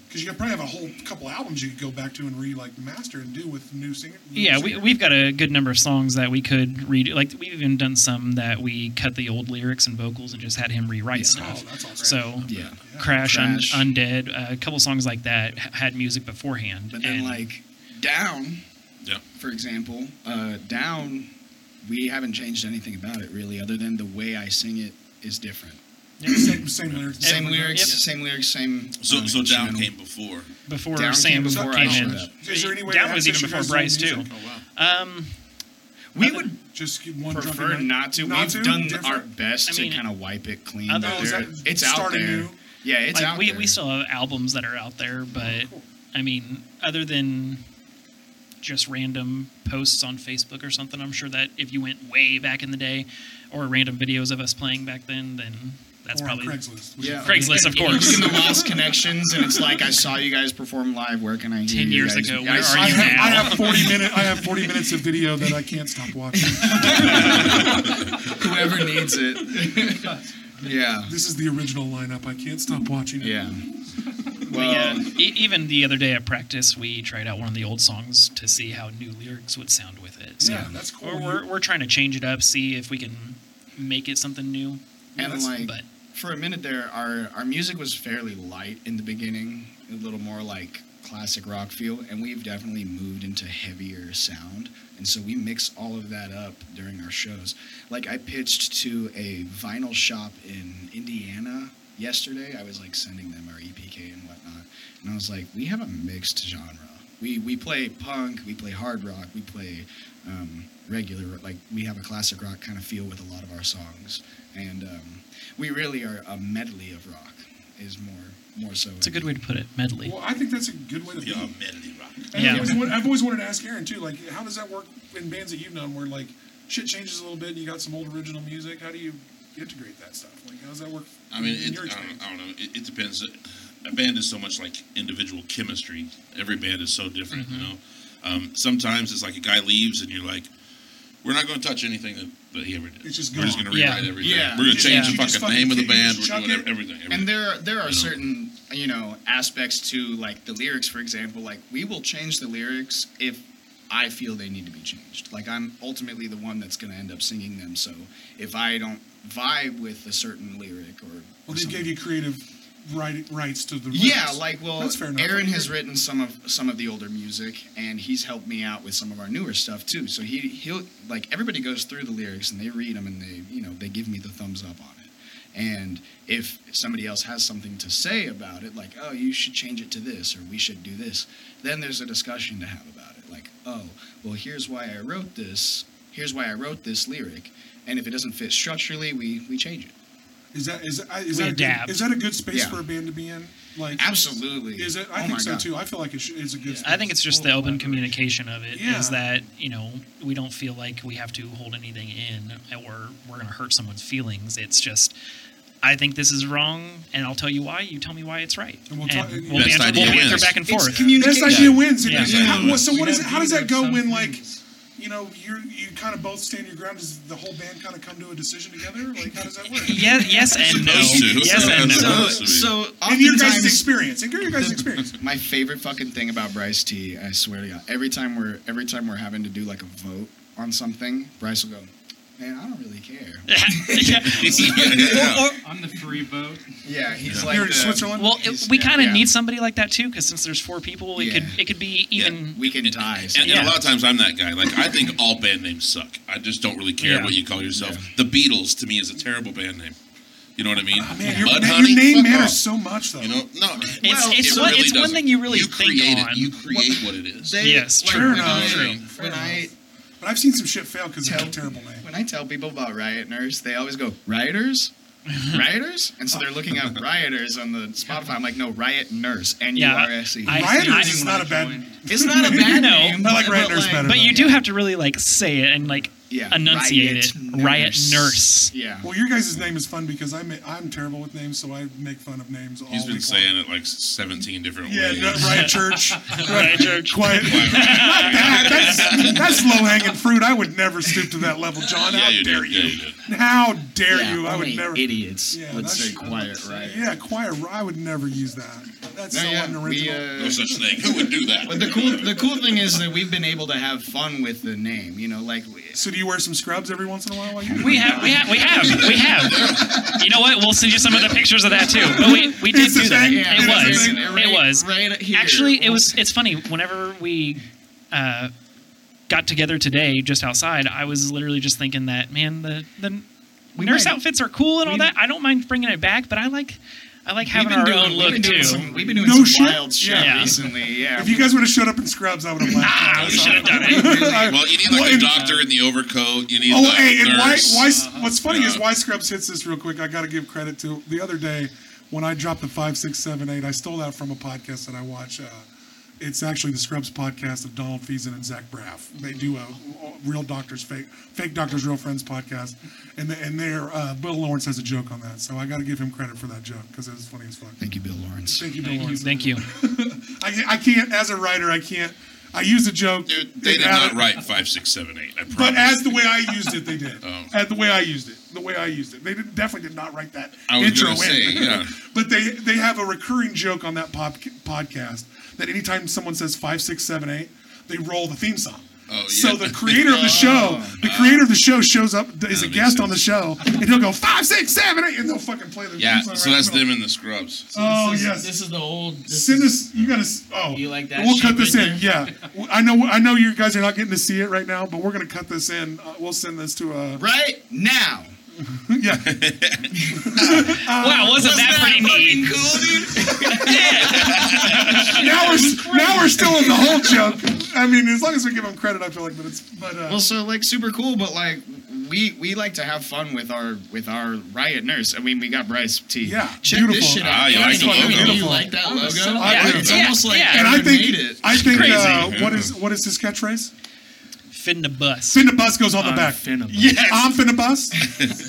S1: Because you could probably have a whole couple albums you could go back to and re like master and do with new singers.
S3: Yeah, we, we've got a good number of songs that we could redo. Like we've even done some that we cut the old lyrics and vocals and just had him rewrite
S1: Oh,
S3: stuff.
S1: that's all.
S3: so
S4: yeah.
S3: Crash, Un-
S4: Crash.
S3: Undead, uh, a couple songs like that h- had music beforehand.
S4: But then
S3: and
S4: like down,
S2: Yeah.
S4: for example, uh, down, we haven't changed anything about it really, other than the way I sing it is different.
S1: same, same lyrics.
S4: Same lyrics,
S3: Yep.
S4: same lyrics, same.
S2: So,
S4: uh,
S2: so down
S4: instrumental.
S2: came before.
S3: before
S4: Down
S3: Sam
S4: came before
S3: before
S4: I
S3: came in,
S4: showed up.
S1: Is there any way
S3: Down
S1: to
S3: was even
S1: access your
S3: before
S1: guys'
S3: Bryce
S1: old
S3: too.
S1: music?
S2: wow.
S3: Um,
S4: We
S3: Other-
S4: would
S1: Just get one
S4: prefer
S1: drunken night?
S4: not to. We've
S1: to?
S4: done
S1: Different?
S4: our best
S3: I mean,
S4: to kind of wipe it clean.
S3: other-
S4: but
S1: Oh, is
S4: there-
S1: that
S4: it's out
S1: starting
S4: there.
S1: new?
S4: Yeah, it's
S3: like
S4: out
S3: we,
S4: there.
S3: we still have albums that are out there, but
S1: cool.
S3: I mean, other than just random posts on Facebook or something, I'm sure that if you went way back in the day, or random videos of us playing back then, then that's
S1: or on
S3: probably
S1: Craigslist. We
S4: Yeah.
S1: can-
S3: Craigslist, of
S4: Look
S3: course.
S4: in the lost connections, and it's like I saw you guys perform live. Where can I hear
S3: 10
S4: you
S3: years
S4: guys?
S3: ago,
S4: I
S3: where are
S4: saw-
S1: I
S3: you now?
S1: have, I have 40 minute I have 40 minutes of video that I can't stop watching.
S4: Whoever needs it. yeah,
S1: This is the original lineup. I can't stop watching it.
S4: yeah.
S3: But yeah,
S4: Well,
S3: e- even the other day at practice, we tried out one of the old songs to see how new lyrics would sound with it. So
S1: Yeah, that's cool.
S3: We're, we're, we're trying to change it up, see if we can make it something new.
S4: and like
S3: but
S4: for a minute there, our our music was fairly light in the beginning, a little more like classic rock feel, and we've definitely moved into heavier sound. And so we mix all of that up during our shows. Like I pitched to a vinyl shop in Indiana yesterday. I was like sending them our EPK and whatnot, and I was like, we have a mixed genre. We we play punk, we play hard rock, we play um, regular like we have a classic rock kind of feel with a lot of our songs, and um, we really are a medley of rock. Is more more so.
S3: it's a good way to put it, medley.
S1: Well, I think that's a good way to
S2: Yeah,
S1: put it.
S2: medley rock.
S1: And
S3: Yeah.
S1: I've, always wanted, I've always wanted to ask Aaron too, like, how does that work in bands that you've known, where like shit changes a little bit, and you got some old original music? How do you integrate that stuff? Like, how does that work?
S2: I mean,
S1: in
S2: it,
S1: your
S2: I, don't,
S1: experience?
S2: I don't know. It, it depends. A band is so much like individual chemistry. Every band is so different, you
S1: Mm-hmm.
S2: know. Um, sometimes it's like a guy leaves and you're like, we're not going to touch anything that, that he ever did.
S1: It's just
S2: we're just
S1: gone."
S2: going to rewrite
S3: Yeah.
S2: everything.
S4: Yeah.
S2: We're going to
S1: Just-
S2: change
S1: you
S2: the
S1: just
S2: fucking,
S1: fucking
S2: name of the
S1: kick it, you
S2: band.
S1: just
S2: We're doing
S1: chuck
S2: ev-
S1: it.
S2: everything. everything.
S4: And there are, there
S2: You
S4: are
S2: know.
S4: certain you know aspects to like the lyrics, for example. Like we will change the lyrics if I feel they need to be changed. Like I'm ultimately the one that's going to end up singing them. So if I don't vibe with a certain lyric or,
S1: Well,
S4: or
S1: they
S4: something-
S1: gave you creative right, rights to the
S4: yeah,
S1: lyrics.
S4: like well,
S1: That's fair enough.
S4: Aaron
S1: I mean,
S4: has
S1: you're-
S4: written some of some of the older music, and he's helped me out with some of our newer stuff too. So he he'll like everybody goes through the lyrics and they read them and they you know they give me the thumbs up on it. And if somebody else has something to say about it, like oh you should change it to this or we should do this, then there's a discussion to have about it. Like oh well here's why I wrote this. Here's why I wrote this lyric. And if it doesn't fit structurally, we we change it.
S1: Is that is I- is
S3: We
S1: that a good,
S3: adapt.
S1: is that a good space
S4: Yeah.
S1: for a band to be in? Like,
S4: Absolutely.
S1: Is it? I
S4: Oh
S1: think
S4: my
S1: so
S4: God.
S1: too. I feel like it sh- it's a good. space.
S3: I think it's just the open communication of it is
S1: Yeah.
S3: that, you know, we don't feel like we have to hold anything in or we're going to hurt someone's feelings. It's just, I think this is wrong and I'll tell you why. You tell me why it's right.
S1: And we'll talk-
S3: we'll
S2: Best
S3: banter,
S2: idea
S3: we'll banter
S2: wins.
S3: back and forth.
S4: It's communication.
S1: Best idea wins.
S3: Yeah.
S1: It- how-
S2: Yeah.
S1: so what is it, how does that go when like
S6: Things.
S1: you know you you kind of both stand your ground? Does the whole band kind of come to a decision together? Like how does that work?
S3: Yeah, yes and no.
S2: Supposed to.
S3: Yes and no.
S2: Absolutely.
S4: So, so
S1: In your guys'
S4: oftentimes-
S1: experience, in your guys' experience,
S4: My favorite fucking thing about Bryce T, I swear to God, every time we're every time we're having to do like a vote on something, Bryce will go, "Man, I don't really care."
S2: Yeah.
S3: Or- or-
S6: I'm the free boat.
S4: Yeah, he's
S2: Yeah.
S4: like
S1: you're in
S4: the-
S1: Switzerland.
S3: well,
S4: He's-
S3: it, we
S4: yeah,
S3: kind of
S4: yeah.
S3: need somebody like that too, because since there's four people, it could
S4: Yeah.
S3: it could be even.
S4: We can tie.
S2: And, and a
S3: Yeah.
S2: lot of times I'm that guy. Like I think all band names suck. I just don't really care
S3: Yeah.
S2: what you call yourself. The Beatles to me is a terrible band name. You know what I mean?
S1: Ah, man, your,
S2: Mud
S1: man,
S2: Honey,
S1: your name
S2: fuck
S1: matters
S2: off.
S1: so much though.
S2: You know, no.
S3: It's-
S2: it
S3: it's one- it's one
S2: doesn't.
S3: thing you really
S2: you
S3: think
S2: create
S3: on.
S2: It, you create what it is.
S4: They-
S3: Yes,
S4: like,
S3: true.
S4: When
S1: Fair
S4: I,
S1: enough. Fair
S4: when I
S1: but I've seen some shit fail because of
S4: tell
S1: a terrible name.
S4: when I tell people about rioters, they always go rioters. rioters, and so they're looking up rioters on the Spotify. I'm like, no, riot nurse, N U
S3: Yeah,
S4: R S E.
S3: I-
S1: Rioters
S3: I-
S1: is not a bad.
S6: joined.
S4: It's not a bad
S3: No.
S4: name.
S1: I like riot
S4: but,
S1: nurse better.
S3: But you do have to really like say it and like
S4: Yeah,
S3: enunciate it. Riot nurse.
S4: Yeah.
S1: Well, your guys' name is fun because I'm I'm terrible with names, so I make fun of names all
S2: He's been
S1: week
S2: saying
S1: long.
S2: it like 17 different
S1: Yeah,
S2: ways.
S1: no, Riot Church.
S3: Riot Church.
S1: Quiet. Not that. That's, that's low hanging fruit. I would never stoop to that level, John.
S2: Yeah,
S1: How
S2: you did.
S1: dare
S2: Yeah,
S1: you?
S2: you did.
S1: How dare
S4: Yeah,
S1: you? I would
S4: only
S1: never.
S4: Idiots
S1: Yeah,
S4: would
S1: that's-
S4: say quiet riot.
S1: Yeah, choir. I would never use that. That's so
S4: we,
S1: unoriginal.
S4: uh,
S2: No such thing. Who would do that?
S4: but the cool the cool thing is that we've been able to have fun with the name. You know, like we-
S1: so do you wear some scrubs every once in a while? While you do
S3: We
S1: it?
S3: have, we have, we have, we have. You know what? We'll send you some of the pictures of that too. But we, we did
S1: It's a
S3: do that.
S1: thing.
S4: Yeah,
S3: it
S1: it's a
S3: was,
S1: thing.
S3: it
S4: Right-
S3: was.
S4: right here.
S3: Actually, it was. It's funny. Whenever we uh, got together today, just outside, I was literally just thinking that, man, the the nurse
S4: might-
S3: outfits are cool and all
S4: we-
S3: that. I don't mind bringing it back, but I like, I like
S4: We've
S3: having
S4: been
S3: our
S4: doing-
S3: own
S4: we've
S3: look
S4: been doing
S3: too.
S4: Some, we've been doing
S1: No
S4: some
S1: shit?
S4: wild shit
S3: Yeah.
S4: recently. Yeah.
S1: If you guys would have showed up in scrubs, I would have laughed.
S3: Ah, we should have done it.
S2: well, you need like
S1: Well,
S2: a
S1: and-
S2: doctor in the overcoat. You need
S1: Oh,
S2: the
S1: hey, and why,
S2: nurse.
S1: why, what's funny is
S2: Yeah.
S1: why Scrubs hits this real quick. I got to give credit to the other day when I dropped the five, six, seven, eight. I stole that from a podcast that I watch. Uh, it's actually the Scrubs podcast of Donald Feason and Zach Braff. They do a real doctors, fake, fake doctors, real friends podcast, and the, and their uh, Bill Lawrence has a joke on that. So I got to give him credit for that joke because it was funny as fuck.
S4: Thank you, Bill Lawrence.
S1: Thank you, Bill Lawrence.
S3: Thank you.
S1: I, I can't as a writer. I can't. I use a joke.
S2: Dude, they
S1: and
S2: did
S1: add
S2: not
S1: it-
S2: write five, six, seven, eight. I promise.
S1: But as the way I used it, they did.
S2: Oh.
S1: As the way I used it. the way I used it. They did, definitely did not write that
S2: I was
S1: intro
S2: gonna
S1: in.
S2: say, yeah.
S1: but they they have a recurring joke on that pop, podcast that anytime someone says five, six, seven, eight, they roll the theme song.
S2: Oh,
S1: So
S2: yeah.
S1: the creator of the show, the creator of the show shows up is a
S2: makes
S1: guest on the
S2: sense.
S1: show, and he'll go five, six, seven, eight, and they'll fucking play the
S2: Yeah,
S1: theme song
S2: so
S1: right
S2: that's
S1: in the middle.
S2: them in the scrubs.
S1: Oh
S8: this is,
S1: yes,
S8: This is the old. This
S1: Send
S8: is,
S1: us. You gotta. s- Oh,
S8: You like that
S1: We'll
S8: shit
S1: cut this
S8: right
S1: in. Yeah, I know. I know you guys are not getting to see it right now, but we're gonna cut this in. Uh, we'll send this to a.
S4: Right now.
S1: Yeah,
S3: wow, wasn't that pretty neat?
S1: now we're s- now we're still in the whole joke. I mean, as long as we give them credit, I feel like. But it's but uh,
S4: Well, so like super cool, but like we we like to have fun with our with our riot nurse. I mean, we got Bryce T.
S1: Yeah,
S4: check
S1: beautiful.
S4: this shit out.
S2: Ah, you like the
S8: Fucking
S2: logo.
S8: You like that
S4: I'm a
S8: logo?
S4: son of a
S1: Yeah,
S4: bitch.
S1: yeah,
S4: it's almost like
S3: yeah.
S1: and I think
S4: made it.
S1: I think
S3: Crazy.
S1: uh, what is what is his catchphrase?
S3: Fin the bus.
S1: Finna bus goes on the
S8: I'm
S1: back.
S8: finna bus.
S1: Yes, I'm finna bus.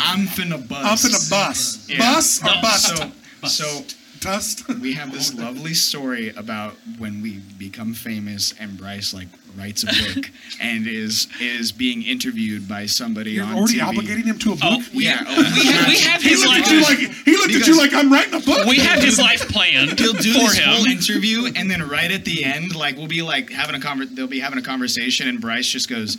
S4: I'm finna bust.
S1: I'm finna bus.
S4: Yeah.
S1: Bus or bust?
S4: So, so
S1: Tust.
S4: we have this lovely story about when we become famous and Bryce like writes a book and is is being interviewed by somebody
S1: You're
S4: on
S1: already
S4: TV.
S1: obligating him to a book.
S3: Oh, we,
S4: Yeah,
S3: we have, we have
S1: he
S3: his
S1: looked
S3: life.
S1: at you like he looked at you
S4: Because-
S1: like I'm writing a book.
S3: we have his life planned
S4: He'll do
S3: for
S4: this whole
S3: him.
S4: interview, and then right at the end, like we'll be like having a conver- they'll be having a conversation, and Bryce just goes,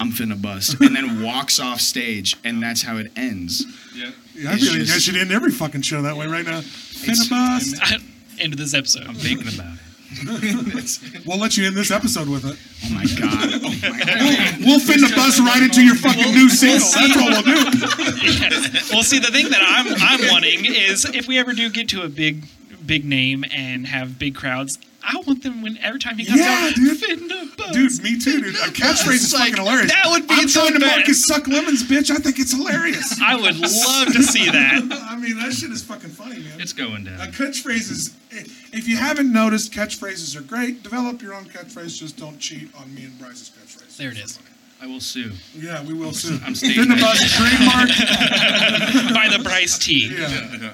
S4: "I'm finna bust," and then walks off stage, and that's how it ends.
S6: Yeah.
S1: I
S4: It's
S1: feel like I
S4: just-
S1: should end every fucking show that way right now. Finna bus.
S3: End of this episode.
S8: Thinking about it.
S1: We'll let you end this episode with it.
S4: Oh my god! Oh my god!
S1: We'll finna bus right into your fucking new single. That's what we'll do.
S3: Yes. Well, see, the thing that I'm I'm wanting is if we ever do get to a big big name and have big crowds, I want them when every time he comes
S1: Yeah,
S3: out.
S1: dude.
S3: "Fin the buzz."
S1: Dude, me too, dude. A catchphrase is fucking hilarious.
S3: that would be
S1: I'm
S3: the
S1: trying to
S3: best.
S1: make his suck lemons, bitch. I think it's hilarious.
S3: I would love to see that.
S1: I mean, that shit is fucking funny, man.
S8: It's going
S1: Uh,
S8: down.
S1: catchphrases. If you haven't noticed, catchphrases are great. Develop your own catchphrase. Just don't cheat on me and Bryce's catchphrase.
S3: There it is.
S8: I will sue.
S1: Yeah, we will soon.
S8: I'm staying.
S1: Finna bus trademark.
S3: By the Bryce T.
S1: Yeah.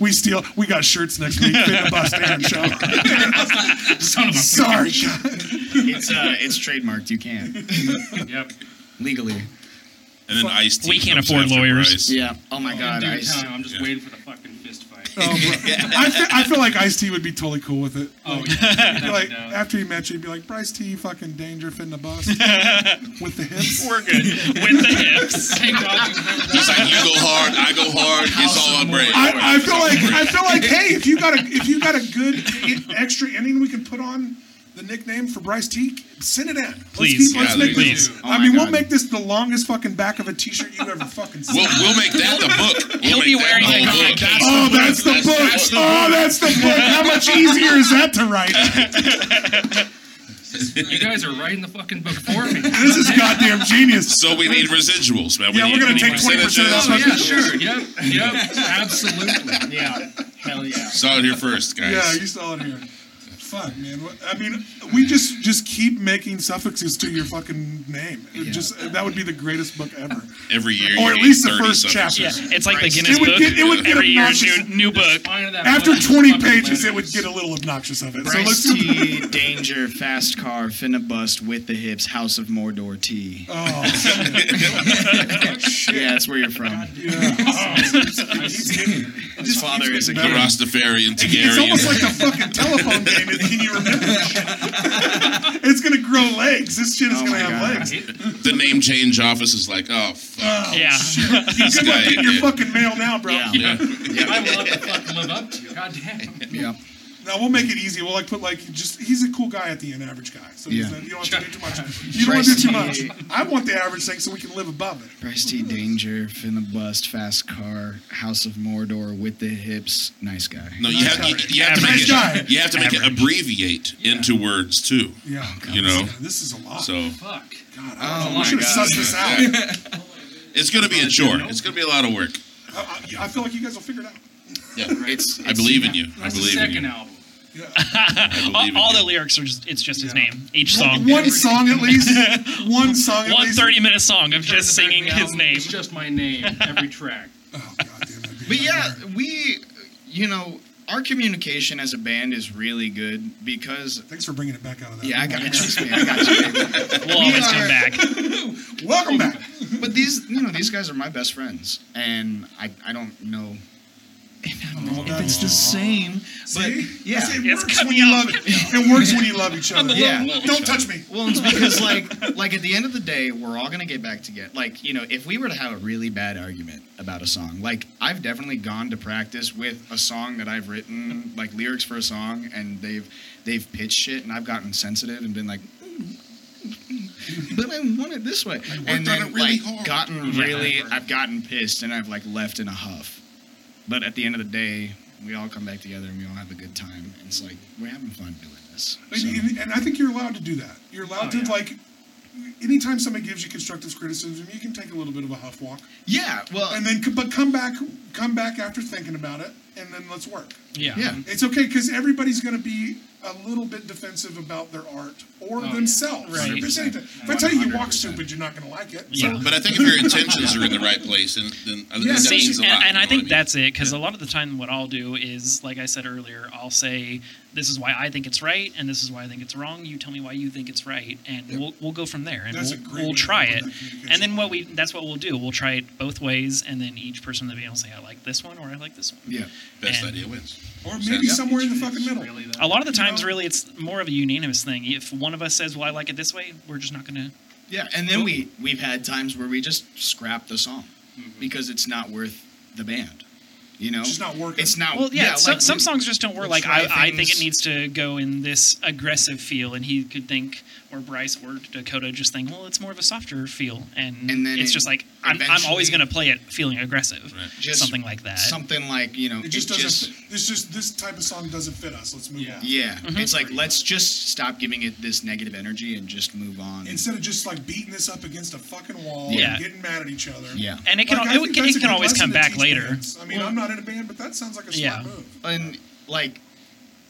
S1: We steal. We got shirts next week. Fit the bus damn show.
S8: Son of a
S1: Sorry, God.
S4: It's uh, it's trademarked. You can't
S6: Yep.
S4: legally.
S2: And then Ice T.
S3: We can't afford lawyers.
S4: Yeah. Oh my god!
S6: Due
S4: I,
S6: to time, I'm just waiting for the fucking fist fight.
S1: Oh, bro. I, fe- I feel like Ice T would be totally cool with it.
S6: Oh, yeah.
S1: He'd be like after he met you, he'd be like, "Bryce T, you fucking danger, fit in the bus with the hips."
S3: We're good with the hips.
S6: Thank God you remember that.
S2: It's like you go hard, I go hard. It's all on break.
S1: I, I feel like I feel like hey, if you got a if you got a good i- extra ending we can put on the nickname for Bryce T, send it in. Let's
S3: Please.
S1: keep- let's
S2: Yeah,
S1: make
S2: please.
S1: this-
S4: Oh
S1: I
S4: my
S1: mean, we'll
S4: God.
S1: make this the longest fucking back of a T-shirt you ever fucking seen.
S2: We'll, we'll make that the book. We'll
S3: He'll be
S2: make
S3: wearing
S2: that
S3: a
S2: the whole book.
S3: case.
S1: Oh, that's the book.
S2: That's the
S1: Oh, that's the book. How much easier is that to write?
S6: You guys are writing the fucking book for me.
S1: This is goddamn genius.
S2: So we need residuals, man. We
S1: Yeah, we're
S2: need-
S1: gonna
S2: we
S1: take
S2: need
S1: 20%
S2: percentages.
S1: off of
S6: yeah, sure. Yep. Yep. Absolutely.
S4: yeah. Hell yeah.
S2: Saw it here first, guys.
S1: Yeah, you saw it here. Fuck, man. What- I mean, we just just keep making suffixes to your fucking name. It Just that would be the greatest book ever.
S2: Every year,
S1: Or
S2: you
S1: at
S2: need
S1: least the
S2: 30
S1: first
S2: suffixes.
S3: Yeah, it's like the
S4: Bryce.
S3: Guinness
S1: It would
S3: Book.
S1: get- it would get
S3: Every year,
S1: obnoxious.
S3: new, new book.
S6: Finding that
S1: After
S6: book is
S1: 20
S6: fucking
S1: pages, it would
S6: hilarious.
S1: get a little obnoxious of it. So let's
S4: Bryce
S1: do the-
S4: T, danger, fast car, finna bust with the hips, House of Mordor T.
S1: Oh,
S8: Oh,
S4: Yeah, that's where you're from. His father is a
S2: The
S4: kid.
S2: Rastafarian,
S1: it's
S2: Targaryen.
S1: almost like the fucking telephone game. Is can you remember? shit? it's gonna grow legs. This shit is
S4: Oh
S1: gonna
S4: my
S1: have
S4: God.
S1: legs.
S2: the name change office is like, oh, fuck.
S3: Yeah.
S2: This
S1: Good luck
S2: guy
S1: getting your
S2: did.
S1: fucking mail now, bro.
S4: Yeah.
S2: Yeah.
S6: I would love to fucking live up to you. God damn.
S4: Yeah.
S1: Now we'll make it easy. We'll like put like just he's a cool guy at the end, average guy. So he's
S4: Yeah.
S1: not- you don't have to do too much. You don't want to do too much. I want the average thing so we can live above it.
S4: Bryce T, danger, finna bust, fast car, House of Mordor with the hips, nice guy.
S2: No, you have, you, you have to make
S1: Average guy.
S2: it. You have to make it abbreviate into words too.
S1: Yeah.
S2: You know.
S1: This is a lot.
S2: So
S6: Fuck.
S1: God, I,
S4: Oh
S1: we
S4: my
S1: should have
S4: God.
S1: sussed this out.
S2: it's going to be a chore. It's going to be a lot of work.
S1: I, I, I feel like you guys will figure it out.
S2: Yeah.
S4: It's,
S2: I believe in you. I
S6: That's the
S2: believe in
S6: second
S2: you.
S6: album.
S2: I believe in
S3: All, all the
S2: you.
S3: lyrics are just, it's just his name. Each
S2: Um,
S3: song.
S1: One song at least. One song at
S3: One
S1: least.
S3: 30 minute song of just
S6: Turn the
S3: singing
S6: back
S3: his
S6: album,
S3: name.
S6: It's just my name, every track.
S1: Oh, God damn, that'd be
S4: But
S1: a
S4: yeah,
S1: nightmare.
S4: we, you know, our communication as a band is really good because.
S1: Thanks for bringing it back out of that.
S4: Yeah, I got you. trust me, I got you.
S3: We'll always come back.
S1: Welcome back.
S4: But these, you know, these guys are my best friends, and I, I don't know. I don't know if it's the same, but
S1: See?
S4: yeah.
S1: I say It
S3: It's
S1: works
S3: cut
S1: when
S3: me
S1: you
S3: off,
S1: love it. It works when you love each other.
S4: Yeah.
S1: Don't touch me.
S4: Well, it's because like like at the end of the day, we're all gonna get back together. Like you know, if we were to have a really bad argument about a song, like I've definitely gone to practice with a song that I've written, like lyrics for a song, and they've they've pitched shit, and I've gotten sensitive and been like. But I want it this way, and
S2: on
S4: then
S2: it really
S4: like
S2: hard.
S4: gotten really, I've gotten pissed, and I've like left in a huff. But at the end of the day, we all come back together and we all have a good time. And it's like we're having fun doing this.
S1: And,
S4: So-
S1: and, and I think you're allowed to do that. You're allowed to like. Anytime somebody gives you constructive criticism, you can take a little bit of a huff walk,
S4: yeah, well,
S1: and then c- but come back, come back after thinking about it, and then let's work.
S4: yeah.
S1: It's okay because everybody's going to be a little bit defensive about their art or themselves.
S3: Right.
S1: 100%. If I tell you you walk
S4: 100%.
S1: stupid, you're not going to like it.
S3: Yeah.
S2: But I think if your intentions are in the right place, then, then I think
S1: Yeah,
S2: that
S1: see,
S2: means a
S3: and,
S2: lot.
S3: and
S2: you
S3: I
S2: know
S3: think
S2: what mean?
S3: that's it because a lot of the time, what I'll do is, like I said earlier, I'll say this is why I think it's right, and this is why I think it's wrong. You tell me why you think it's right, and we'll, we'll go from there, and
S1: That's a
S3: we'll,
S1: great
S3: we'll
S1: way to
S3: try
S1: open
S3: it.
S1: that communication
S3: And then what we that's what we'll do. We'll try it both ways, and then each person will be able to say, I like this one or I like this one.
S4: Yeah.
S2: best
S3: and-
S2: idea wins.
S1: Or
S2: Yeah.
S1: maybe somewhere in the fucking middle.
S3: A lot of the
S1: You
S3: times,
S1: know-
S3: really, it's more of a unanimous thing. If one of us says, "Well, I like it this way," we're just not going to.
S4: Yeah, and then we we've had times where we just scrap the song because it's not worth the band. You know,
S1: Mm-hmm. It's just not working.
S4: It's not.
S3: Well, yeah, some,
S4: like
S3: some
S4: we-
S3: songs just don't work.
S4: we'll
S3: Like
S4: try
S3: I, I think it
S4: things-
S3: needs to go in this aggressive feel, and he could think, or Bryce or Dakota just think, well, it's more of a softer feel, and,
S4: And then
S3: it's
S4: it-
S3: just like I'm, I'm always
S4: eventually-
S3: going to play it feeling aggressive,
S2: Right.
S4: Just
S3: something like that.
S4: Something like you know,
S1: It just doesn't. this just this type of song doesn't fit us. Let's move on.
S4: yeah,
S3: Mm-hmm.
S4: it's like let's just stop giving it this negative energy and just move on.
S1: Instead of just like beating this up against a fucking wall
S3: Yeah.
S1: and getting mad at each other.
S4: yeah,
S3: and it can
S1: Like, I
S3: al-
S1: think
S3: it, can,
S1: that's
S3: it
S1: a
S3: can
S1: good
S3: always
S1: lesson
S3: come
S1: to
S3: back
S1: teach
S3: later.
S1: bands. I mean, I'm not in a band, but that sounds like a smart
S3: Yeah.
S1: move.
S4: and like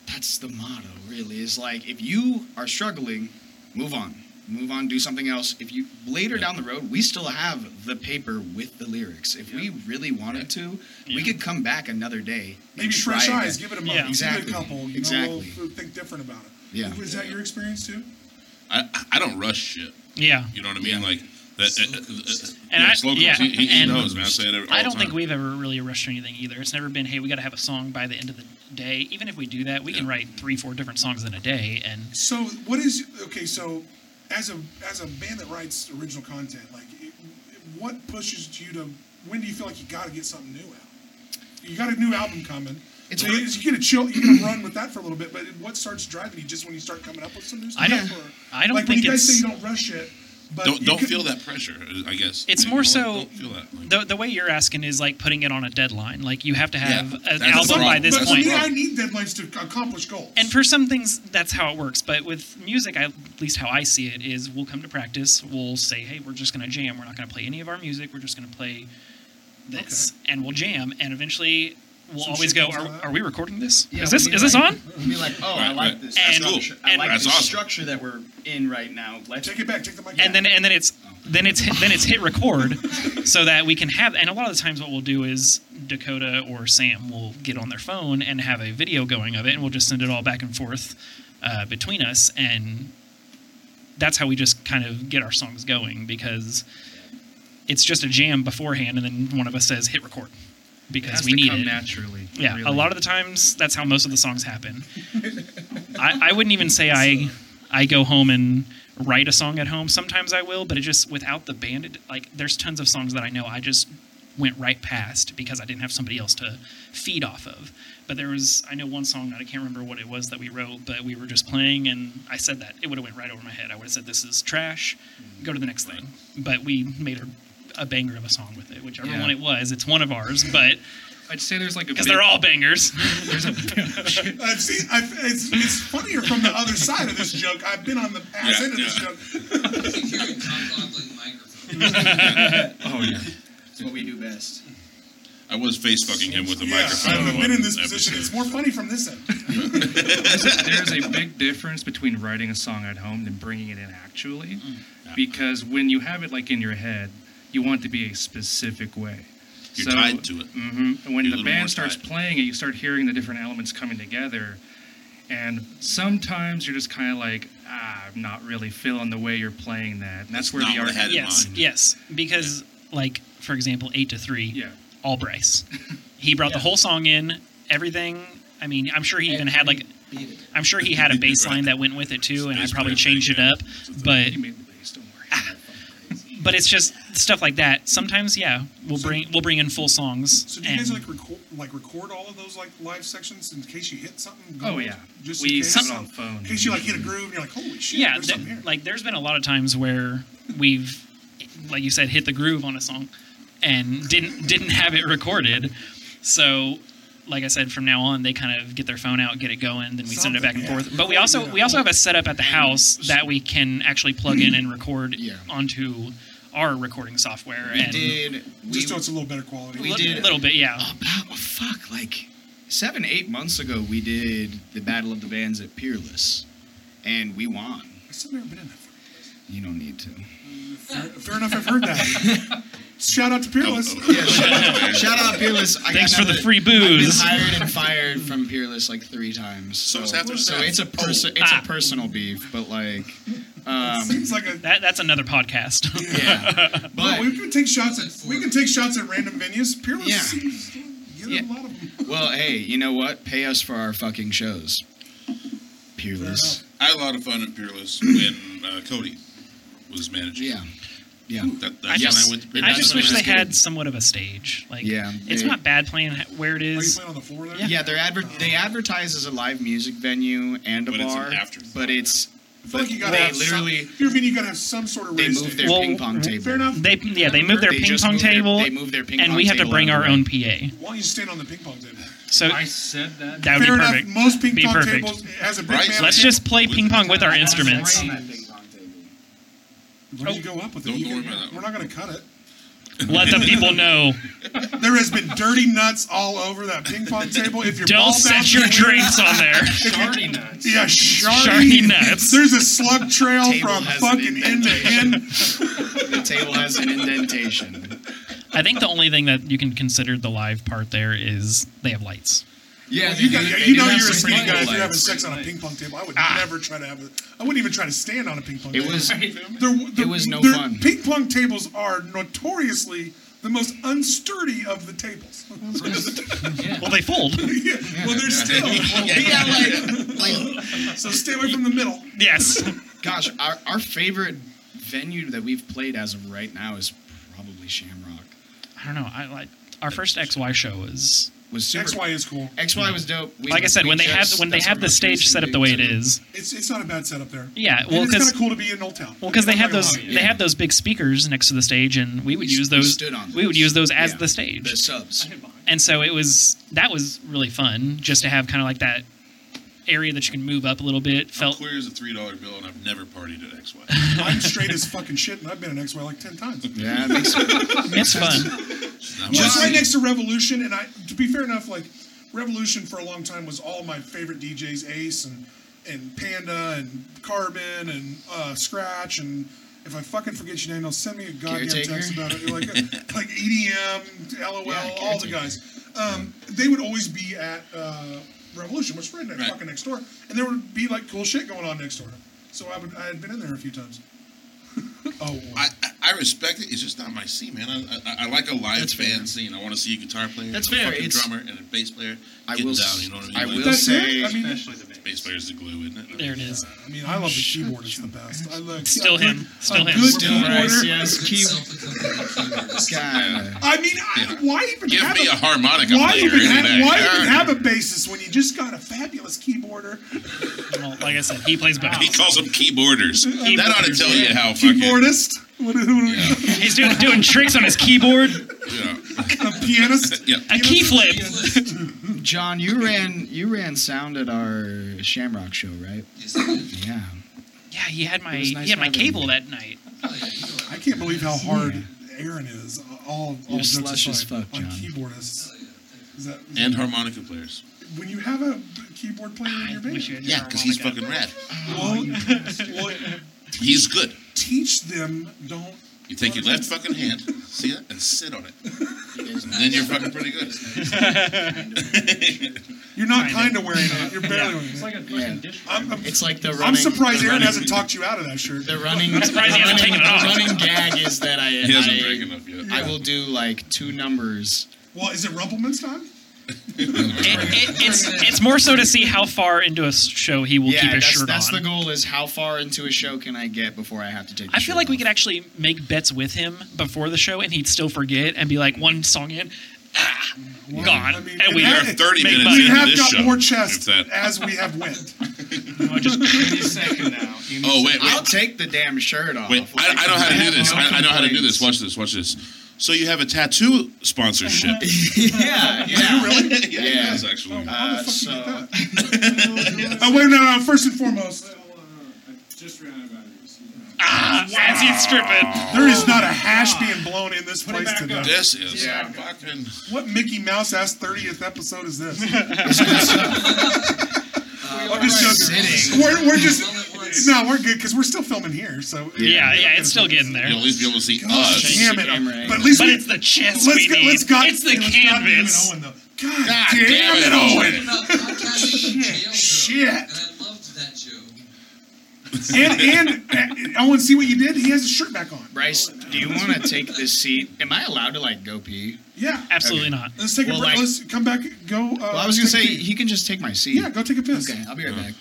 S4: that's the motto really is like if you are struggling move on move on do something else if you later down the road we still have the paper with the lyrics if we really wanted to we could come back another day and
S1: Maybe
S4: try
S1: fresh eyes,
S4: again.
S1: give it a month,
S3: Yeah.
S4: Exactly.
S1: give it a couple. You Know,
S4: Exactly.
S1: we'll, we'll think different about it.
S4: Yeah.
S1: Is that your experience too?
S2: I, I don't rush shit.
S3: Yeah,
S2: You know what I mean? Like that. uh, uh, uh,
S3: And
S2: yeah,
S3: I-
S2: slow
S3: yeah,
S2: yeah, he, he,
S3: and
S2: knows, man. I say it every- all
S3: I
S2: the
S3: don't think
S2: time.
S3: we've ever really rushed anything either. It's never been, hey, we got to have a song by the end of the day. Even if we do that, we can
S2: Yeah.
S3: write three, four different songs in a day, and
S1: So what is okay? So as a as a band that writes original content, like it, what pushes you to? When do you feel like you got to get something new out? You got a new album coming.
S4: It's
S1: so
S4: re-
S1: you, you get a chill. You can run with that for a little bit, but what starts driving you just when you start coming up with some new stuff?
S3: I don't-
S1: Or,
S3: I don't
S1: like
S3: think
S1: when you guys
S3: it's-
S1: say you don't rush it. But
S2: Don't
S1: you
S2: don't
S1: could-
S2: feel that pressure. I guess
S3: It's
S2: You
S3: more
S2: don't-
S3: so-
S2: Don't feel that. Like,
S3: the, the way you're asking is like putting it on a deadline. Like you have to have
S2: Yeah,
S3: an
S2: that's the
S3: album by
S2: problem.
S3: this
S1: but
S2: That's
S3: point.
S1: For me, I need deadlines to accomplish goals.
S3: And for some things, that's how it works. But with music, I, at least how I see it is, we'll come to practice. We'll say, "Hey, we're just going to jam. We're not going to play any of our music. We're just going to play this, and we'll jam." And eventually, we'll
S1: Some
S3: always
S1: shit
S3: go,
S1: comes
S3: are,
S1: out.
S3: "Are we recording this?
S4: Yeah,
S3: is this
S4: we
S3: is this
S4: like-
S3: on?"
S4: We'd be like oh i
S2: Right,
S4: like
S2: right.
S4: this
S3: And-
S4: structure i
S3: and-
S4: like
S2: That's
S4: this
S2: awesome.
S4: structure that we're in right now let's
S1: take it back. Take the mic. back.
S3: and then and then it's then it's hit, then it's hit record so that we can have and a lot of the times what we'll do is Dakota or Sam will get on their phone and have a video going of it and we'll just send it all back and forth uh, between us and that's how we just kind of get our songs going because it's just a jam beforehand and then one of us says hit record because we need
S8: come
S3: it
S8: naturally.
S3: yeah a
S8: really.
S3: lot of the times that's how most of the songs happen I, I wouldn't even say I I go home and write a song at home. Sometimes I will, but it just without the band, it, like there's tons of songs that I know I just went right past because I didn't have somebody else to feed off of. But there was I know one song that I can't remember what it was that we wrote, but we were just playing and I said that it would have went right over my head. I would have said this is trash. Go to the next thing. But we made a, a banger of a song with it, whichever
S8: Yeah.
S3: one it was. It's one of ours, but
S8: I'd say there's like a.
S3: because
S8: big-
S3: they're all bangers.
S1: I've seen. I've, Uh, it's, it's funnier from the other side of this joke. I've been on the ass
S2: Yeah,
S1: end of this
S2: yeah.
S1: joke.
S7: You keep hearing cock goggling microphone.
S4: oh yeah that's what we do best
S2: I was face fucking him with a
S1: Yeah,
S2: microphone.
S1: I've been in this
S2: one
S1: position.
S2: episode.
S1: It's more funny from this end.
S8: there's a big difference between writing a song at home than bringing it in actually
S3: Mm.
S8: because when you have it like in your head you want it to be a specific way
S2: You're tied to it.
S3: mm,
S8: hmm and when
S2: You're a
S8: the
S2: little more
S8: band starts
S2: tied.
S8: playing it you start hearing the different elements coming together and sometimes you're just kind of like ah, i'm not really feeling the way you're playing that and
S2: That's
S8: that's, where
S2: not
S8: the
S2: what I
S8: art
S2: had in
S3: yes,
S2: mind.
S3: yes, because like for example, eight to three.
S8: Yeah.
S3: All Bryce. He brought the whole song in, everything. I mean, I'm sure he even had like, I'm sure he had a bass line that went with it too, and I
S2: Bass
S3: probably
S2: player,
S3: changed it
S2: yeah.
S3: up. But
S8: You made the base, don't worry.
S3: but it's just stuff like that. Sometimes, yeah, we'll bring we'll bring in full songs.
S1: So do you guys
S3: and-
S1: like record like record all of those like live sections in case you hit something?
S8: Oh,
S1: gold?
S8: yeah.
S1: just
S8: We
S1: in case,
S8: have it on phone.
S1: In case you like hit a groove and you're like, holy shit,
S3: yeah,
S1: there's
S3: there-
S1: something here.
S3: like there's been a lot of times where we've, like you said, hit the groove on a song, and didn't didn't have it recorded. So, like I said, from now on they kind of get their phone out, get it going, then we send it back and
S1: Something, yeah.
S3: forth. But we also we also have a setup at the house that we can actually plug in and record
S4: Yeah.
S3: onto our recording software.
S4: We
S3: and
S4: did. We,
S1: just so it's a little better quality.
S4: we
S3: li-
S4: did-
S3: little bit, yeah.
S4: about oh, fuck like seven eight months ago we did the battle of the bands at peerless and we won
S1: I still never been in that. far.
S4: you don't need to
S1: Fair, fair enough, I've heard that. Shout out to Peerless.
S4: shout out peerless I
S3: Thanks
S4: got
S3: for the
S4: nothing-
S3: free booze.
S4: I've been hired and fired from peerless like three times so,
S2: So it's after
S4: so
S2: that.
S4: it's a
S3: Oh,
S4: person it's
S3: ah.
S4: a personal beef but like um
S1: Seems like a
S3: That, that's another podcast.
S4: yeah
S1: Well,
S4: but
S1: we can take shots at we can take shots at random venues. Peerless
S4: Yeah.
S1: seems to get
S4: Yeah.
S1: a lot of them.
S4: well hey you know what pay us for our fucking shows peerless
S2: I had a lot of fun at Peerless
S3: Mm.
S2: when uh, Cody was managing.
S4: yeah yeah
S2: That, that's
S3: I
S2: when I
S3: just,
S2: went to
S3: I
S2: Peerless.
S3: just wish they
S2: That's
S3: had somewhat of a stage. Like,
S4: Yeah,
S3: it's
S4: they-
S3: not bad playing where it
S1: Are you
S3: is.
S1: playing on the floor there?
S4: Yeah, they're adver- they advertise as a live music venue and a
S2: But it's an
S4: bar,
S2: afterthought.
S4: but it's
S1: I feel like you gotta
S4: they
S1: have
S4: literally
S1: some, your venue gotta have some sort of
S4: they
S1: raise
S4: move their
S1: station.
S3: Well,
S4: ping pong table.
S1: Fair enough.
S3: They yeah they move their
S4: They
S3: ping
S4: just
S3: pong
S4: move their-
S3: table.
S4: they move their ping
S3: and
S4: pong
S3: we have to
S4: table
S3: bring
S4: out of
S3: our
S4: the way.
S3: own PA.
S1: Why don't you stand on the ping pong table?
S3: So
S6: I said that.
S3: that would
S1: Fair
S3: be
S1: enough.
S3: perfect.
S1: Most ping
S3: Be
S1: pong
S3: perfect.
S1: tables has a big
S2: Right.
S1: man.
S3: Let's
S1: on
S3: just play ping pong with our
S6: That's
S3: instruments.
S6: great.
S1: it. What do you go up with it?
S2: Don't
S1: You
S2: worry
S1: can-
S2: about that
S1: We're
S2: one.
S1: not gonna cut it.
S3: Let the people know.
S1: There has been dirty nuts all over that ping pong table. If your ball
S3: Don't set
S1: bounces
S3: your
S1: weird-
S3: drinks on there.
S6: Shardy nuts.
S1: Yeah, shardy.
S3: Shardy nuts.
S1: There's a slug trail
S4: Table
S1: from
S4: has an
S1: fucking end to end.
S4: The table has an indentation.
S3: I think the only thing that you can consider the live part there is they have lights.
S4: Yeah,
S1: You, got,
S4: they
S1: you
S4: do
S1: know
S4: have
S1: you're a
S4: some
S1: skinny
S4: pretty
S1: guy if
S4: cool
S1: you're having
S4: lights.
S1: sex on a ping pong table. I would
S3: Ah.
S1: never try to have a. I wouldn't even try to stand on a ping pong
S4: It
S1: table.
S4: was
S1: There, there,
S4: it was no
S1: there-
S4: fun.
S1: Ping pong tables are notoriously the most unsturdy of the tables.
S3: Well, they fold.
S1: yeah. Well, they're still. so stay away from the middle.
S3: Yes.
S4: gosh, our our favorite venue that we've played as of right now is probably Shamrock.
S3: I don't know. I like our first XY show was
S4: Was super
S1: XY is cool.
S4: XY was dope. We-
S3: like I said
S4: we
S3: when they have
S4: just-
S3: when they
S4: that's
S3: have
S4: our
S3: the
S4: most
S3: stage
S4: recent
S3: set up
S4: gig,
S3: the way it
S4: too.
S3: is.
S1: It's it's not a bad setup there.
S3: Yeah,
S1: And
S3: well,
S1: it's kind
S3: 'cause-
S1: of cool to be in Old Town.
S3: Well, because they
S1: I'm
S3: have
S1: not
S3: those
S1: gonna lie.
S3: they have those big speakers next to the stage, and we would
S4: We-
S3: use
S4: we
S3: those.
S4: stood on
S3: We would use
S4: those.
S3: those as
S4: Yeah.
S3: the stage,
S4: The subs.
S3: and so it was that was really fun just to have kind of like that area that you can move up a little
S2: I'm
S3: bit. Felt
S2: clear as a three dollar bill, and I've never partied at XY.
S1: I'm straight as fucking shit, and I've been an XY like ten times.
S4: Yeah, it makes
S3: it's fun.
S1: Well, it's right next to Revolution, and I to be fair enough, like Revolution for a long time was all my favorite DJs, Ace and and Panda and Carbon and uh, Scratch and. If I fucking forget your name, they'll send me a goddamn
S4: Caretaker?
S1: text about it. Like, like E EDM, LOL,
S4: Yeah,
S1: all the
S4: Caretaker.
S1: guys. Um, they would always be at uh, Revolution, which is right, next,
S2: Right.
S1: fucking next door, and there would be like cool shit going on next door. So I would, I had been in there a few times. oh,
S2: I, I- I respect it. It's just not my scene, man. I, I, I like a live
S4: That's
S2: band
S4: fair.
S2: scene. I want to see a guitar player,
S4: That's
S2: a
S4: fair.
S2: fucking
S4: It's-
S2: drummer, and a bass player
S4: I
S2: getting
S4: will
S2: down.
S4: s-
S2: You know what I mean?
S4: I
S2: Like,
S4: will
S2: that's-
S1: that's it.
S4: say-
S1: I mean,
S6: Especially the bass.
S2: Bass player is the glue, isn't it?
S3: There it is.
S1: I mean, I love the keyboard. It's the best. I love
S3: Still
S1: a
S3: him.
S1: good-
S3: Still
S1: a
S3: him.
S1: good
S4: Still
S1: keyboarder.
S4: Bryce, yes. Keep, God.
S1: I mean, I, why even
S2: Give
S1: have
S2: me a harmonica
S1: Why
S2: player
S1: even,
S2: in the
S1: have,
S2: back.
S1: why even
S2: Arrgh.
S1: have a bassist when you just got a fabulous keyboarder?
S3: Well, like I said, he plays both.
S2: He calls them keyboarders. that ought to
S3: Keyboarders,
S2: tell you how fucking.
S1: Keyboardist? What, do- what, do we-
S3: He's doing doing tricks on his keyboard.
S2: Yeah.
S1: A pianist?
S2: Yeah.
S3: A key flip.
S4: John, you ran you ran sound at our Shamrock show, right? Yeah.
S3: Yeah, he had my
S4: It was nice
S3: he had my
S4: having
S3: cable
S4: you.
S3: that night.
S1: I can't believe how hard Aaron is. All, all
S4: You're
S1: jokes
S4: slush as
S1: aside,
S4: fuck,
S1: on
S4: John.
S1: keyboardists. Is that,
S2: And harmonica players.
S1: when you have a keyboard player in
S3: I
S1: your
S3: wish
S1: band,
S3: you had your
S2: Yeah, because he's
S3: harmonica.
S2: fucking rad.
S1: well, well,
S2: He's good.
S1: teach them don't.
S2: You take your left fucking hand, see that, and sit on it. And then you're fucking pretty good.
S1: You're not kind of wearing it. You're barely wearing
S6: It's
S1: it.
S6: like a fucking
S4: Yeah.
S6: dish.
S1: I'm, I'm,
S4: It's like the running.
S1: I'm surprised
S4: the
S1: Aaron
S4: running-
S1: hasn't talked you out of that shirt.
S4: The running, the
S3: surprised he hasn't
S4: running,
S3: taken it off.
S4: the running gag is that I,
S2: He hasn't drank
S4: I,
S2: enough yet.
S4: I will do like two numbers.
S1: Well, is it Rumpelman's time?
S3: It, it, it's it's more so to see how far into a s- show he will
S4: yeah,
S3: keep his
S4: that's,
S3: shirt
S4: that's
S3: on.
S4: the goal: is how far into a show can I get before I have to take? The
S3: I feel
S4: shirt
S3: like we
S4: off.
S3: could actually make bets with him before the show, and he'd still forget and be like one song in, ah, gone,
S1: I mean,
S3: and we
S1: and
S2: We're
S1: that-
S2: 30
S3: Make
S2: minutes
S3: money.
S1: We
S2: into
S1: have
S2: this
S1: got
S2: show.
S1: more
S2: if
S1: chests
S2: that-
S1: as we have went.
S6: No, just any second now. Any
S2: oh, wait, wait.
S4: I'll take the damn shirt off.
S2: Wait, I, I know how to do this.
S4: No
S2: I, I know how to do this.
S4: complaints.
S2: Watch this. Watch this. So you have a tattoo sponsorship?
S4: yeah, yeah.
S1: Really?
S2: yeah,
S4: Yeah.
S2: it's actually.
S1: How the
S4: Uh,
S1: fuck you get
S4: so,
S1: that? Oh, wait, no, no. First and foremost,
S9: Just ran out of batteries.
S3: ah, as he's stripping.
S1: there
S3: Oh
S1: is not a hash being blown in this place
S9: back
S1: today.
S9: up.
S2: This is
S4: Yeah.
S2: a fucking.
S1: What Mickey Mouse ass 30th episode is this? I'm just joking.
S4: sitting.
S1: We're, we're
S7: Well, it works.
S1: just no, we're good because we're still filming here. So
S3: Yeah, yeah, it's still getting there.
S2: You'll at least be able to see
S1: God
S2: us.
S1: damn
S4: the
S1: it! um,
S4: camera
S1: But at
S4: angle.
S1: least
S3: But
S1: we,
S3: it's the chest
S1: let's
S3: we
S1: go-
S3: need.
S1: let's God-
S3: it's the
S1: let's
S3: canvas.
S1: God damn it, Owen, though. God,
S2: God
S1: damn, it, Owen!
S7: About podcasting jail though,
S1: Shit.
S7: And I loved that joke.
S1: and and uh, Owen, see what you did? He has his shirt back on.
S4: Bryce, do you want to take this seat? Am I allowed to like go pee?
S1: Yeah.
S3: Absolutely not.
S1: Let's take
S4: Well,
S1: a break.
S4: like-
S1: Let's come back. Go. Uh,
S4: Well, I was gonna
S1: take
S4: say
S1: a pee.
S4: he can just take my seat.
S1: yeah, go take a piss.
S4: Okay, I'll be right back.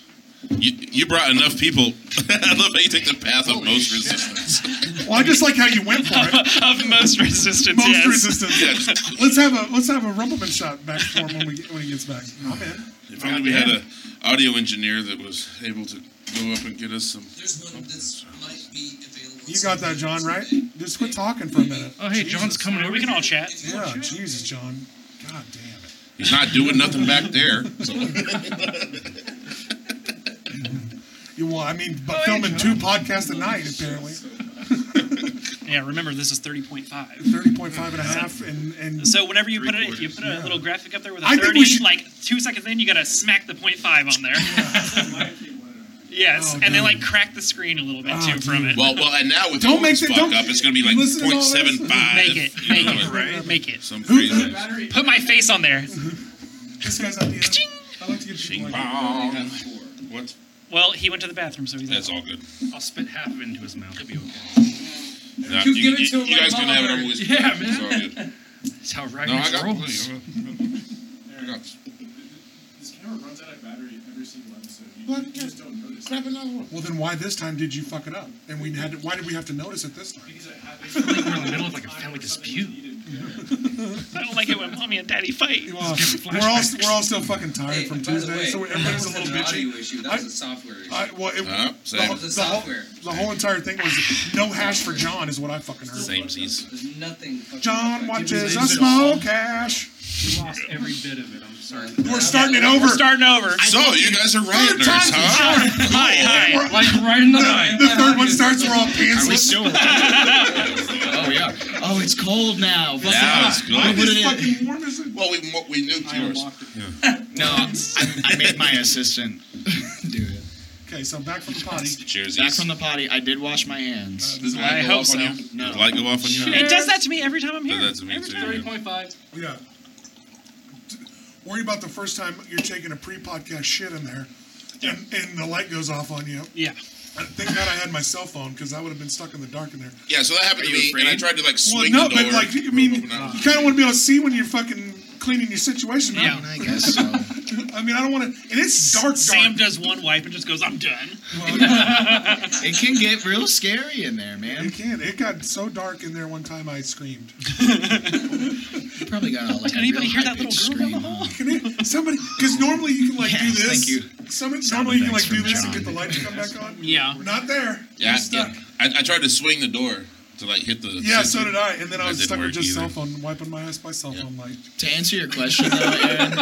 S2: You, you brought enough people. I love how you take the path of most resistance.
S1: Well, I just like how you went for it.
S3: of most resistance,
S1: Most
S3: yes.
S1: resistance.
S2: Yeah, just-
S1: Let's have a let's have a Rumpelman shot back for him when we get, when he gets back. I'm in.
S2: if only we had a audio engineer that was able to go up and get us some.
S7: There's one that's might be available.
S1: You got that, John? Right? Just quit talking for a minute.
S8: Oh, hey, John's coming over.
S3: We can all chat.
S1: Yeah, Jesus, John. God damn it.
S2: He's not doing nothing back there. So
S1: You well, I mean,
S4: Oh,
S1: but filming two podcasts a night apparently.
S3: Yeah, remember this is thirty point five.
S1: 30.5 and a half and and
S3: So whenever you put it, if you put a little graphic up there with a
S1: I think
S3: thirty,
S1: we should-
S3: like two seconds in, you gotta smack the point five on there.
S1: Oh,
S3: yes, and then
S1: dude.
S3: like crack the screen a little bit
S1: Oh,
S3: too from it.
S2: well, well, and now with
S1: Don't
S2: all
S1: make
S2: this
S1: it-
S2: fuck
S1: don't-
S2: up, it's going to be like
S1: listen to all this.
S2: 0.75.
S3: make it,
S2: you
S3: make
S2: know,
S3: it,
S2: like
S3: make it.
S2: Some crazy.
S3: Put my face on there.
S1: this guy's idea. I like to give people
S2: Bing
S1: like
S2: bong. What?
S3: Well, he went to the bathroom, so he's
S2: That's
S3: out.
S2: all good.
S8: I'll spit half of it into his mouth. It'll be okay.
S2: Nah,
S6: You give it
S2: you,
S6: to him
S2: you
S6: like
S2: guys can have it.
S6: Oliver.
S2: I'm always
S8: Yeah,
S2: It's all good.
S8: That's how
S2: No, I
S8: Ragnar's
S2: got
S8: rolls.
S2: plenty. I got
S9: This camera runs out of battery every single episode. You,
S1: What?
S9: you just don't notice.
S2: grab another one.
S1: Well, then why this time did you fuck it up? And we had to, why did we have to notice it this time?
S9: Because it happens.
S8: We're in the middle of like a family dispute.
S3: I don't like it when mommy and daddy fight.
S1: Well, we're all we're all still fucking tired from
S7: by the
S1: Tuesday,
S7: way,
S1: so
S7: that
S1: everybody's a
S7: wasn't
S1: little
S7: an
S1: bitchy.
S7: audio issue. That was a software issue.
S1: I, well, it,
S2: Uh,
S1: the, whole,
S2: same,
S7: The
S1: the whole-
S7: software.
S1: the whole entire thing was no hash for John is what I fucking heard.
S2: same season.
S7: There's nothing. fucking
S1: John
S7: about that.
S1: watches a small cash.
S6: We lost every bit of it. I'm sorry.
S1: We're starting it over.
S3: We're starting over.
S2: So you guys are Rodners,
S1: time's the
S2: huh?
S3: Hi, hi.
S8: Like right in the eye.
S1: The third one starts. We're all pantsless.
S4: still? oh yeah. Oh, it's cold now. Fuck
S2: Now
S4: yeah.
S2: it's
S4: I
S2: good.
S4: put
S1: It's
S4: it in.
S1: fucking warm as it.
S2: Well, we mo- we nuked yours.
S4: No, I, I made my assistant do it.
S1: Okay, so back from the potty.
S2: Cheers.
S4: Back from the potty, I did wash my hands.
S2: Does the
S3: I
S2: light go
S3: hope
S2: off
S3: so.
S2: on you?
S4: No.
S2: Does the light go off on you?
S3: It does that to me every time I'm here.
S2: Does that to me
S3: Every
S2: too.
S3: time.
S2: yeah.
S6: 3.5.
S1: Yeah. Worry about the first time you're taking a pre-podcast shit in there, and, and the light goes off on you.
S3: Yeah.
S1: And Thank God I had my cell phone because I would have been stuck in the dark in there.
S2: Yeah, so that happened to me, and I tried to like
S1: Well,
S2: swing
S1: no,
S2: the door.
S1: but like I mean, you
S2: open up.
S1: kind of want to be able to see when you're fucking cleaning your situation. out.
S3: Yeah.
S4: I guess so.
S1: I mean, I don't want to. And it's dark, dark.
S3: Sam does one wipe and just goes, "I'm done."
S4: It can get real scary in there, man.
S1: It can. It got so dark in there one time I screamed.
S4: You probably got all like
S3: Did
S4: a
S3: anybody
S4: real
S3: hear that little
S4: high-pitched
S3: girl down the
S4: scream.
S3: hall?
S1: Can it, somebody, because normally you can like do
S4: Yes,
S1: this.
S4: thank you.
S1: Somebody,
S4: Sound
S1: normally you can like
S4: effects
S1: do
S4: from
S1: this and
S4: John.
S1: get the light to come back on.
S3: Yeah.
S1: We're not there.
S2: Yeah,
S1: You're
S2: I-
S1: stuck.
S2: yeah. I, I tried to swing the door to like hit the.
S1: Yeah, so did I. And then I
S2: That
S1: was
S2: didn't
S1: stuck
S2: work
S1: with just
S2: either.
S1: cell phone, wiping my ass by cell
S2: Yeah.
S1: phone light.
S4: To answer your question, though, Aaron,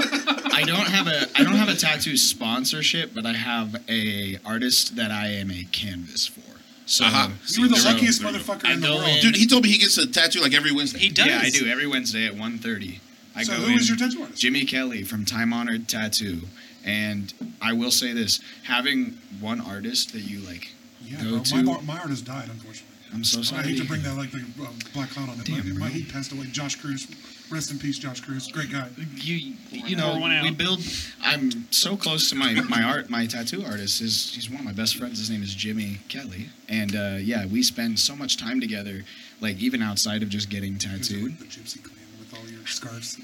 S4: I don't have a I don't have a tattoo sponsorship, but I have a artist that I am a canvas for. So
S2: Uh-huh.
S1: You were the
S4: So-
S1: luckiest
S2: there you go.
S1: motherfucker
S4: I
S1: in the
S4: go
S1: world.
S4: in-
S2: Dude, he told me he gets a tattoo like every Wednesday.
S3: He does.
S4: yeah, I do every Wednesday at 1.30. I
S1: So
S4: go
S1: who is
S4: in-
S1: your tattoo artist?
S4: Jimmy Kelly from Time Honored Tattoo. And I will say this: having one artist that you like
S1: Yeah,
S4: go
S1: bro,
S4: to,
S1: my, bar- my artist died, unfortunately.
S4: I'm so
S1: I
S4: sorry.
S1: hate to bring that like the uh, black cloud on it.
S4: Damn,
S1: my, my
S4: bro.
S1: he passed away. Josh Cruz Rest in peace, Josh Cruz. Great guy.
S4: you you
S3: Pour
S4: know
S3: one out.
S4: we build i'm so close to my my art my tattoo artist is he's one of my best friends his name is jimmy kelly and uh, yeah we spend so much time together like even outside of just getting tattooed
S1: The Gypsy Clan with all your scarves.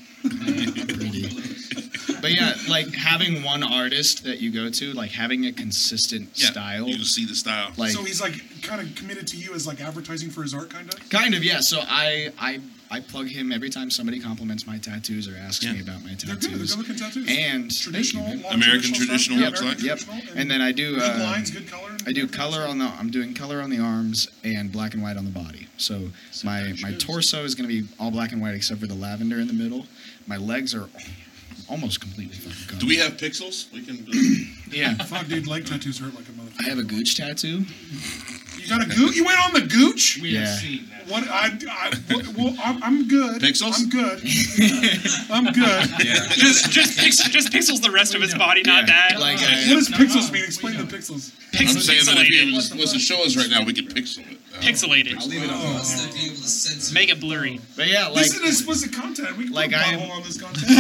S4: but yeah like having one artist that you go to like having a consistent
S2: Yeah,
S4: style
S2: You can see the style.
S4: like
S1: so he's like kind of committed to you as like advertising for his art, kind of.
S4: kind of yeah so i i i plug him every time somebody compliments my tattoos or asks
S2: Yeah.
S4: me about my tattoos
S1: They're good. They're good-looking tattoos.
S4: And-
S1: traditional,
S4: Thank you,
S1: long
S2: American
S1: traditional.
S2: traditional Yep,
S1: stuff. American
S4: yep.
S1: traditional,
S4: And then I do,
S1: good
S4: uh,
S1: lines, good color.
S4: I do color on the. I'm doing color on the arms and black and white on the body. So my my torso is going to be all black and white except for the lavender in the middle. My legs are almost completely fucking covered.
S2: Do we have pixels? We can. Do,
S4: Yeah.
S1: Fuck, dude, leg tattoos hurt like a motherfucker.
S4: I have a gooch tattoo.
S1: You got a gooch? You went on the gooch?
S6: We have
S4: Yeah.
S6: seen that.
S1: What I, I well, well I'm, I'm good.
S2: Pixels?
S1: I'm good. I'm good.
S3: just, just, pix, just pixels the rest of his body, not
S4: Yeah,
S3: that.
S4: Like uh,
S1: What
S4: I,
S1: does pixels mean? Explain the pixels.
S2: I'm
S3: Pix-
S2: saying that if
S3: pixelated.
S2: you was, was to show us right now, we could pixel it. Uh,
S3: Pixelate it.
S2: pixel
S3: I'll
S2: it.
S7: Must not be able to censor.
S3: Make it blurry.
S4: but yeah, like
S1: this is explicit content. We can
S4: like
S1: put a
S4: I-
S1: butthole on this content.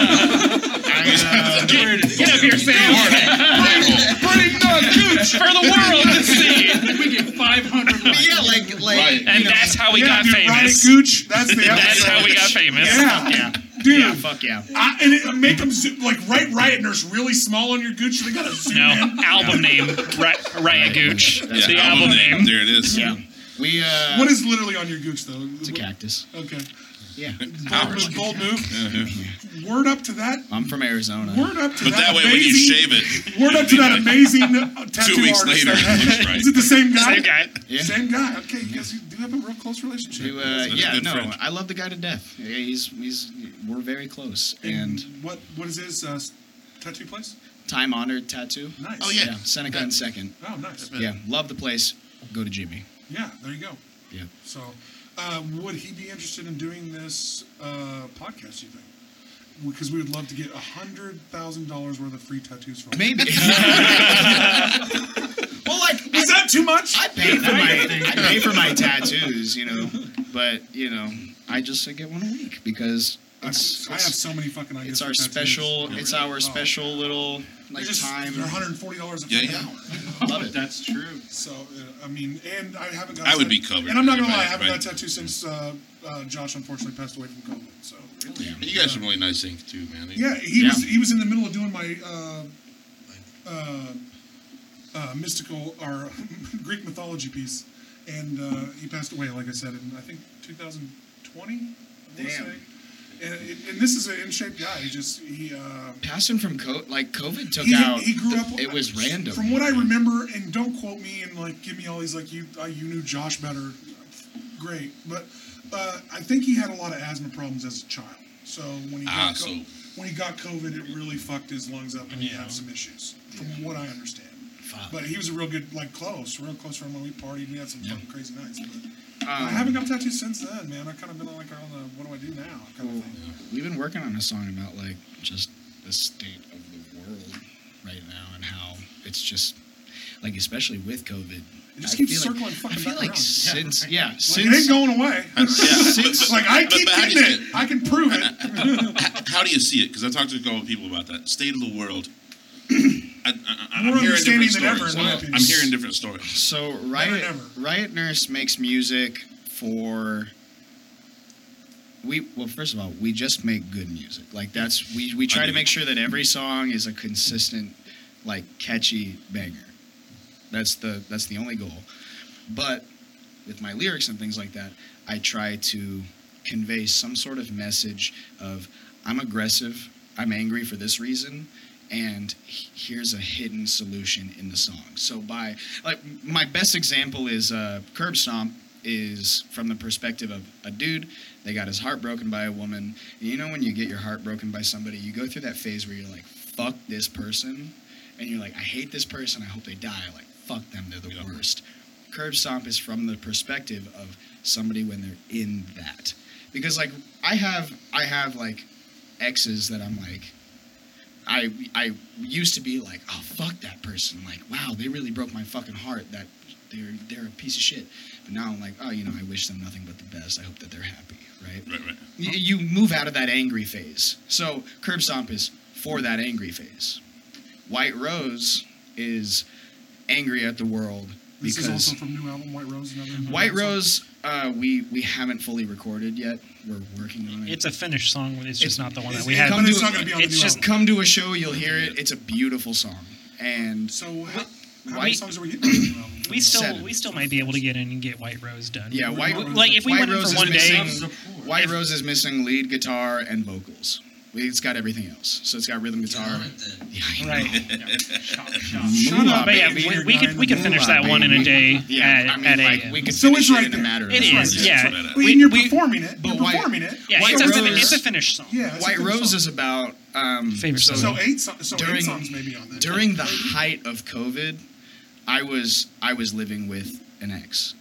S4: I, uh,
S3: Get up here, Sam.
S1: Pretty nut gooch.
S3: For the world to see.
S6: We get 500 likes.
S4: yeah, like like
S2: Right.
S3: And that's how we
S1: yeah,
S3: got
S1: dude, Roddick
S3: famous.
S1: gooch. That's the
S3: That's
S1: episode.
S3: how we got famous.
S1: Yeah.
S4: yeah,
S1: Dude,
S8: Ah,
S4: yeah, fuck yeah.
S1: I, and it, make them zoom, like right riot nurse really small on your gooch. They gotta zoom
S3: No,
S1: in.
S3: album name, Ra- Raya Gooch.
S2: Yeah,
S3: the album, name.
S2: There it is.
S4: Yeah, we uh,
S1: What is literally on your gooch though?
S4: it's a cactus.
S1: Okay.
S4: Yeah,
S1: Bold, move, bold move. Word up to that.
S4: I'm from Arizona.
S1: Word up to
S2: But that way, when you
S1: amazing-
S2: shave it,
S1: Word up to that amazing uh, tattoo
S2: two weeks
S1: artist
S2: later,
S1: that-
S2: it looks right.
S1: Is it the same guy?
S3: Same guy.
S4: Yeah.
S1: Same guy. Okay, you guys do have a real close relationship.
S4: You, uh,
S2: That's a
S4: yeah,
S2: good
S4: no,
S2: friend.
S4: I love the guy to death. Yeah, he's he's we're very close and
S1: what what is his uh, tattoo place?
S4: time honored tattoo.
S1: Nice.
S2: Oh, yeah.
S4: Yeah, Seneca and second.
S1: Oh, nice.
S4: Yeah, love the place. Go to Jimmy.
S1: Yeah, there you go.
S4: Yeah.
S1: So, uh, would he be interested in doing this uh, podcast? You think? Because we would love to get a hundred thousand dollars worth of free tattoos from. him.
S4: Maybe. well, like
S1: Is that too much?
S4: I pay for my I pay for my tattoos, you know, but you know, I just I get one a week because it's
S1: I have
S4: it's,
S1: so many fucking ideas.
S4: it's
S1: for
S4: our
S1: tattoos.
S4: special.
S1: Oh,
S4: It's
S1: really?
S4: our
S1: Oh.
S4: special little
S1: They're
S4: like
S1: just
S4: time.
S1: they're 140 dollars a
S2: Yeah,
S1: fucking
S2: yeah.
S1: hour.
S4: Love it.
S6: That's true.
S1: So uh, I mean, and I haven't got.
S2: I
S1: a
S2: would
S1: tat-
S2: be covered.
S1: And I'm not gonna lie, I
S2: Right,
S1: haven't
S2: right.
S1: got a tattoo since uh, uh, Josh unfortunately passed away from COVID. So
S2: And you guys are really nice ink too, man.
S1: yeah, he
S4: Yeah.
S1: was he was in the middle of doing my uh, uh, uh, mystical or Greek mythology piece, and uh, he passed away. Like I said, in I think 2020. I wanna
S4: Damn.
S1: say. And, and this is an in shape guy. He just he. Uh,
S4: Passing from co- like COVID took
S1: he,
S4: out.
S1: he grew
S4: the-
S1: up.
S4: It was random.
S1: From what I remember, and don't quote me and like give me all these like you uh, you knew Josh better. Great, but uh, I think he had a lot of asthma problems as a child. So when he
S2: Ah,
S1: got co-
S2: so-
S1: when he got COVID, it really fucked his lungs up, and he had some issues, from what I understand.
S4: Fuck.
S1: But he was a real good, like close, real close friend when we partied. We had some fucking crazy nights. But I
S4: Um,
S1: haven't got tattoos since then, man. I kind of been like on the what do I do now kind of thing.
S4: We've been working on a song about like just the state of the world right now and how it's just like especially with COVID.
S1: It just
S4: I
S1: keeps
S4: feel
S1: circling
S4: like,
S1: fucking
S4: I feel
S1: back
S4: like
S1: around.
S4: since yeah,
S1: Like, it ain't
S4: since
S1: going away.
S4: since
S1: like I
S2: But-
S1: keep
S2: but how do you
S1: getting it.
S2: get-
S1: I can prove it.
S2: How do you see it? Because I talked to a couple of people about that state of the world. I, I, I,
S1: More
S2: I'm hearing
S1: understanding
S2: different
S1: than ever,
S2: stories.
S1: in my
S2: I'm
S1: opinion.
S2: hearing different stories.
S4: So Riot
S1: never.
S4: Riot Nurse makes music for we well first of all we just make good music like that's we we try to
S2: do.
S4: make sure that every song is a consistent like catchy banger that's the that's the only goal but with my lyrics and things like that I try to convey some sort of message of I'm aggressive I'm angry for this reason and h- here's a hidden solution in the song. So by like my best example is uh, Curb Stomp is from the perspective of a dude they got his heart broken by a woman. And you know when you get your heart broken by somebody, you go through that phase where you're like, "Fuck this person," and you're like, "I hate this person. I hope they die." Like, "Fuck them. They're the worst." Curb Stomp is from the perspective of somebody when they're in that. Because like I have I have like exes that I'm like I I used to be like, oh fuck that person, like wow they really broke my fucking heart. That they're they're a piece of shit. But now I'm like, oh, you know, I wish them nothing but the best. I hope that they're happy, right?
S2: Right, right.
S4: Y- you move out of that angry phase. So curb stomp is for that angry phase. White Rose is angry at the world
S1: This
S4: because
S1: is also from new album White Rose. Another
S4: White Rose. Uh, we we haven't fully recorded yet. We're working on it.
S3: It's um, a finished song, but it's just not the one that we
S4: it
S3: had.
S4: comes
S1: But it's
S4: to-
S1: not going to be on the
S3: it's
S1: new
S3: just
S1: album.
S4: Come to a show, you'll hear it. It's a beautiful song, and
S1: So how, how many
S3: White-
S1: songs are we getting on the new album?
S3: We still
S4: Seven.
S3: we still might be able to get in and get White Rose done.
S4: yeah, White Rose.
S3: like if we
S4: White
S3: went in
S4: Rose
S3: for one
S4: is
S3: day,
S4: missing- White Rose is missing lead guitar and vocals. It's got everything else. So it's got rhythm
S7: Get on
S4: guitar.
S7: it then.
S4: Yeah, I know.
S3: right?
S1: Shut up,
S3: But yeah,
S1: baby,
S3: we,
S1: you're
S3: we could
S1: dying
S3: we could
S1: to
S3: finish
S1: move
S3: that
S1: on,
S3: one in a
S1: baby.
S3: day
S4: Yeah,
S3: at,
S4: I mean,
S3: at
S4: like
S3: a.
S4: we could
S1: So it's
S4: finish
S1: right
S4: it in a
S1: there.
S4: matter of
S3: It
S4: minutes.
S3: is,
S2: Right,
S3: yeah.
S2: that's what I-
S1: Well,
S4: we-
S1: and you're
S4: we-
S1: performing it. You're
S4: but White-
S1: performing it.
S3: yeah,
S4: White
S3: it's a, fin-
S4: Rose-
S3: it's a finished song.
S1: Yeah, it's a
S4: White
S1: good
S4: Rose
S1: song.
S4: is about um,
S3: Favorite
S4: so-
S3: song.
S1: So eight, so, so
S4: During-
S1: eight songs maybe on that.
S4: during the height of COVID, I was I was living with an ex,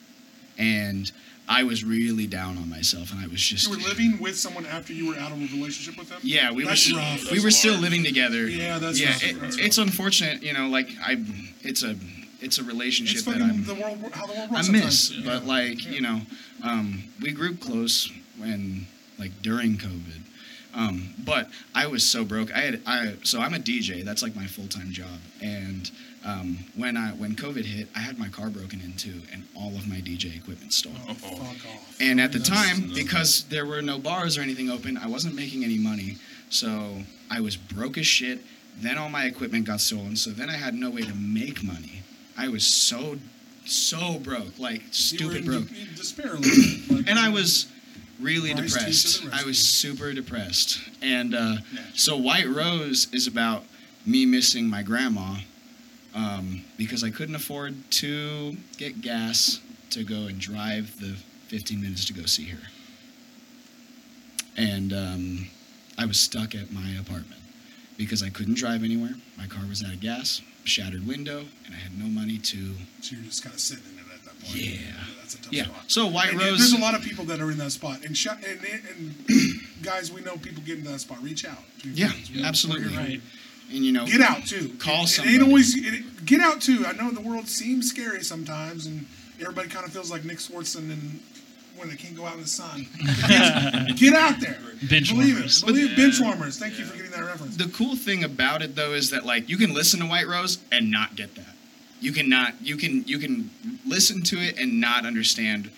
S4: and I was really down on myself, and I was just
S1: you were living with someone after you were out of a relationship with them.
S4: Yeah, we were
S1: That's
S4: s-
S1: rough.
S4: we were still living together.
S1: Yeah, that's
S4: yeah.
S1: rough.
S4: it-
S1: That's
S4: it's
S1: rough.
S4: unfortunate, you know. Like I, it's a it's a relationship
S1: It's
S4: that
S1: fucking
S4: I'm,
S1: the world, how the world
S4: I
S1: works.
S4: miss.
S1: sometimes.
S4: But like you know, um, we grew close when like during COVID. Um, but I was so broke. I had I so I'm a DJ. That's like my full time job. And um, when I when COVID hit, I had my car broken into and all of my DJ equipment stolen.
S1: Oh, fuck off.
S4: And at the
S1: That's-
S4: time, because there were no bars or anything open, I wasn't making any money. So I was broke as shit. Then all my equipment got stolen. So then I had no way to make money. I was so, so broke, like
S1: you were
S4: stupid
S1: in
S4: broke.
S1: de- in despair. a little bit, like-
S4: And I was really
S1: Christ, he's to
S4: depressed.
S1: the
S4: I was super depressed. And uh,
S1: Yeah.
S4: so White Rose is about me missing my grandma um, because I couldn't afford to get gas to go and drive the 15 minutes to go see her. And um, I was stuck at my apartment because I couldn't drive anywhere. My car was out of gas, shattered window, and I had no money to.
S1: So you're just kind of sitting in it at that point.
S4: Yeah.
S1: that's a tough
S4: Yeah.
S1: spot.
S4: So White
S1: And
S4: Rose.
S1: There's a lot of people that are in that spot, and sh- and, and, and guys, we know people get into that spot. Reach out. to
S4: Yeah,
S1: friends. We-
S4: absolutely.
S1: we're-
S4: Right. And you know,
S1: Get out too.
S4: Call
S1: it,
S4: somebody.
S1: It ain't always it, it- get out too. I know the world seems scary sometimes, and everybody kind of feels like Nick Swartzen and when they can't go out in the sun. get out there.
S3: Bench
S1: Believe
S3: warmers.
S1: it. Believe bench warmers. Thank you for getting that reference.
S4: The cool thing about it though is that like you can listen to White Rose and not get that. You cannot. You can. You can listen to it and not understand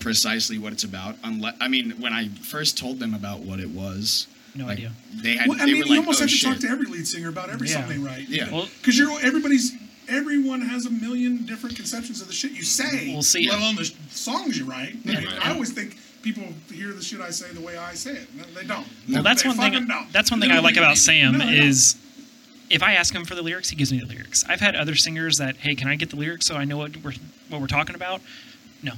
S4: precisely what it's about. Unless I mean, when I first told them about what it was,
S3: No
S4: like,
S3: idea.
S4: They had.
S1: well, I
S4: they
S1: mean,
S4: were
S1: you
S4: like,
S1: almost
S4: "Oh,
S1: have to
S4: shit.
S1: talk to every lead singer about every
S3: Yeah.
S1: song they write.
S4: Yeah.
S3: Well-
S1: because you're everybody's. Everyone has a million different conceptions of the shit you say.
S3: We'll see.
S1: Let alone the sh- songs you write. I, mean,
S2: Right.
S1: I always think people hear the shit I say the way I say it. No, they don't.
S3: Well, that's
S1: They
S3: one thing.
S1: fucking Don't.
S3: That's one thing
S2: No,
S3: I like
S2: you
S3: about
S2: need-
S3: Sam
S1: No, no.
S3: is, if I ask him for the lyrics, he gives me the lyrics. I've had other singers that, hey, can I get the lyrics so I know what we're what we're talking about? No.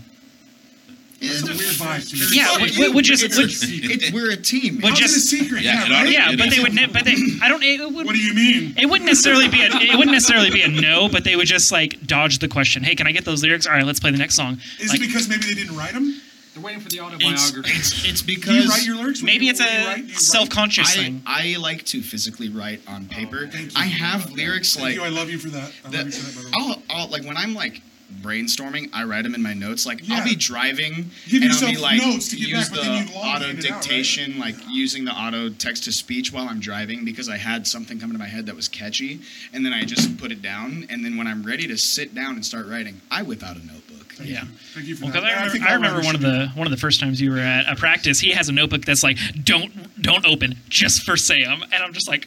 S1: That's a weird vibe. To me.
S3: Yeah,
S4: Fuck
S3: would,
S4: you.
S3: would, would just
S4: It's a
S3: would,
S4: secret. It- we're a team.
S3: would
S1: How's it a
S3: just
S1: secret?
S2: Yeah,
S1: Yeah,
S2: it
S1: right?
S2: already-
S3: yeah, but they would. Ne- but they, I don't. It, would,
S1: What do you mean?
S3: It wouldn't necessarily be a. It wouldn't necessarily be a no, but they would just like dodge the question. Hey, can I get those lyrics? All right, let's play the next song.
S1: Is
S3: Like,
S1: it because maybe they didn't write them?
S6: They're waiting for the
S4: It's,
S6: autobiography.
S4: it's, it's
S1: Do
S4: because
S1: you write your lyrics?
S3: maybe
S1: Do
S3: it's
S1: you- do you write-
S3: a
S1: do you write-
S3: self-conscious
S4: I,
S3: thing.
S4: I like to physically write on paper.
S1: Thank you.
S4: I have lyrics
S1: Thank
S4: like
S1: you. I love you for that. I love you for that. By the way.
S4: that I'll, I'll like when I'm like brainstorming, I write them in my notes. Like I'll
S1: Yeah.
S4: be driving
S1: Give
S4: and I'll be
S1: yourself
S4: like
S1: notes to get
S4: use
S1: back,
S4: the
S1: but then you long
S4: auto
S1: hand it out, right?
S4: dictation, like using the auto text to speech while I'm driving because I had something come to my head that was catchy, and then I just put it down. And then when I'm ready to sit down and start writing, I whip out a notebook.
S1: Thank
S3: Yeah.
S1: You. Thank you for
S3: Well,
S1: that.
S3: because I,
S1: And
S3: remember,
S1: think
S3: I
S1: our
S3: remember
S1: writers
S3: one of
S1: should be-
S3: the one of the first times you were at a practice, he has a notebook that's like, "Don't don't open, just for Sam," and I'm just like,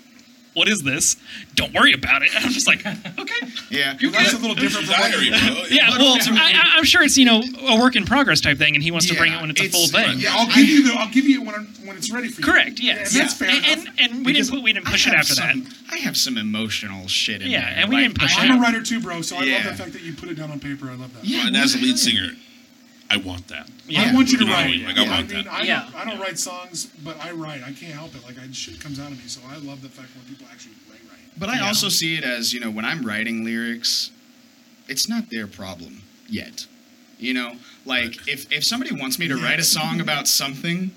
S3: "What is this? Don't worry about it." And I'm just like, "Okay,
S4: Yeah.
S1: That's a little different from what
S2: Diary,
S1: you-
S2: bro.
S3: yeah." Well, I, I- I'm sure it's you know a work in progress type thing, and he wants to bring
S4: Yeah,
S3: it when it's a full
S4: it's-
S3: thing.
S1: Yeah, I'll give you the. I'll give you it when I'm, when it's ready for you.
S3: Correct. Yes.
S1: Yeah, that's fair.
S3: And and,
S1: enough.
S3: and we didn't
S4: Because
S3: put, we didn't
S4: I
S3: push it
S4: have
S3: after that.
S4: some- I have some emotional shit in
S3: Yeah,
S4: there.
S3: and we
S4: Like,
S3: didn't push
S4: I-
S3: it.
S1: I'm a writer too, bro. So I
S4: Yeah.
S1: love the fact that you put it down on paper. I love that.
S4: Yeah,
S2: And as a lead singer, I want that.
S3: Yeah.
S1: I want you to
S2: You know,
S1: write.
S2: like, I want
S1: mean,
S2: that.
S1: I,
S3: Yeah.
S1: don't, I don't write songs, but I write. I can't help it. Like I, shit comes out of me. So I love the fact when people actually write. write.
S4: But I also see it as, you know, when I'm writing lyrics, it's not their problem yet. You know, like if, if somebody wants me to write a song about something,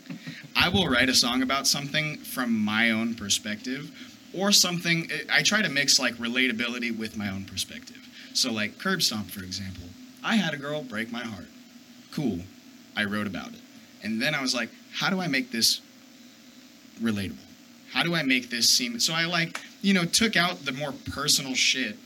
S4: I will write a song about something from my own perspective or something. eh, I I try to mix like relatability with my own perspective. So, like Curb Stomp, for example, I had a girl break my heart. Cool. I wrote about it. And then I was like, how do I make this relatable? How do I make this seem so I like, you know, took out the more personal shit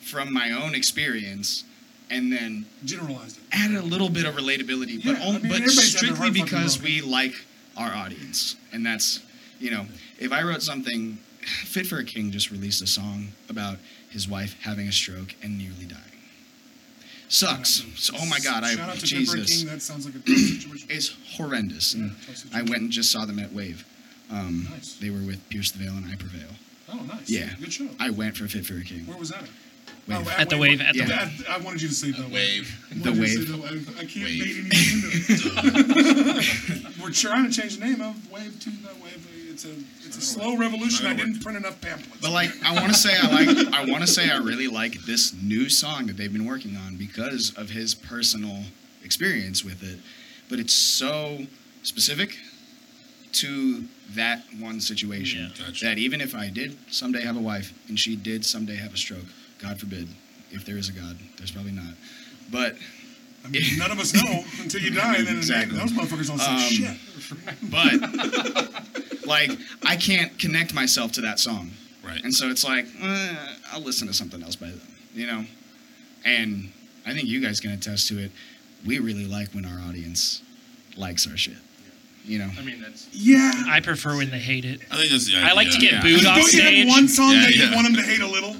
S4: from my own experience and then
S1: generalized it.
S4: added a little bit of relatability, but
S1: Yeah,
S4: on,
S1: I mean, everybody's
S4: but
S1: had their
S4: strictly
S1: heart fucking
S4: because
S1: broken.
S4: we like our audience, and that's you know, if I wrote something, Fit for a King just released a song about his wife having a stroke and nearly dying. Sucks. So, oh my God! I
S1: Shout out to Pepper
S4: Jesus,
S1: King. That sounds like a tough situation.
S4: it's horrendous. And I went and just saw them at Wave. Um,
S1: Nice.
S4: They were with Pierce the Veil and I Prevail.
S1: Oh, nice.
S4: Yeah,
S1: Good show.
S4: I went for Fit for a King.
S1: Where was that at?
S4: Wave.
S1: Oh,
S3: At the Wave, at the
S1: Yeah, I, I wanted you to say the
S2: Wave.
S1: I wanted
S4: The
S1: you to say
S4: Wave.
S1: the wave. I can't
S2: Wave.
S1: wave. We're trying to change the name of Wave to the Wave. It's a it's a slow revolution. I
S2: Not gonna
S1: didn't print enough pamphlets.
S4: But like, I want to say I like. I want to say I really like this new song that they've been working on because of his personal experience with it. But it's so specific to that one situation
S2: Yeah. Gotcha.
S4: that even if I did someday have a wife and she did someday have a stroke, God forbid, if there is a God, there's probably not. But
S1: I mean, none of us know until you die, and then
S4: Exactly.
S1: those motherfuckers don't say
S4: Um,
S1: shit.
S4: but like, I can't connect myself to that song.
S2: Right.
S4: And so it's like, eh, I'll listen to something else by then, you know? And I think you guys can attest to it. We really like when our audience likes our shit, you know?
S8: I mean, that's
S1: Yeah.
S3: I prefer when they hate it.
S2: I think that's the idea.
S3: I like to get
S4: Yeah.
S3: booed off
S1: Don't you
S3: stage.
S1: have one song
S2: Yeah,
S1: that you
S2: yeah.
S1: want them to hate a little?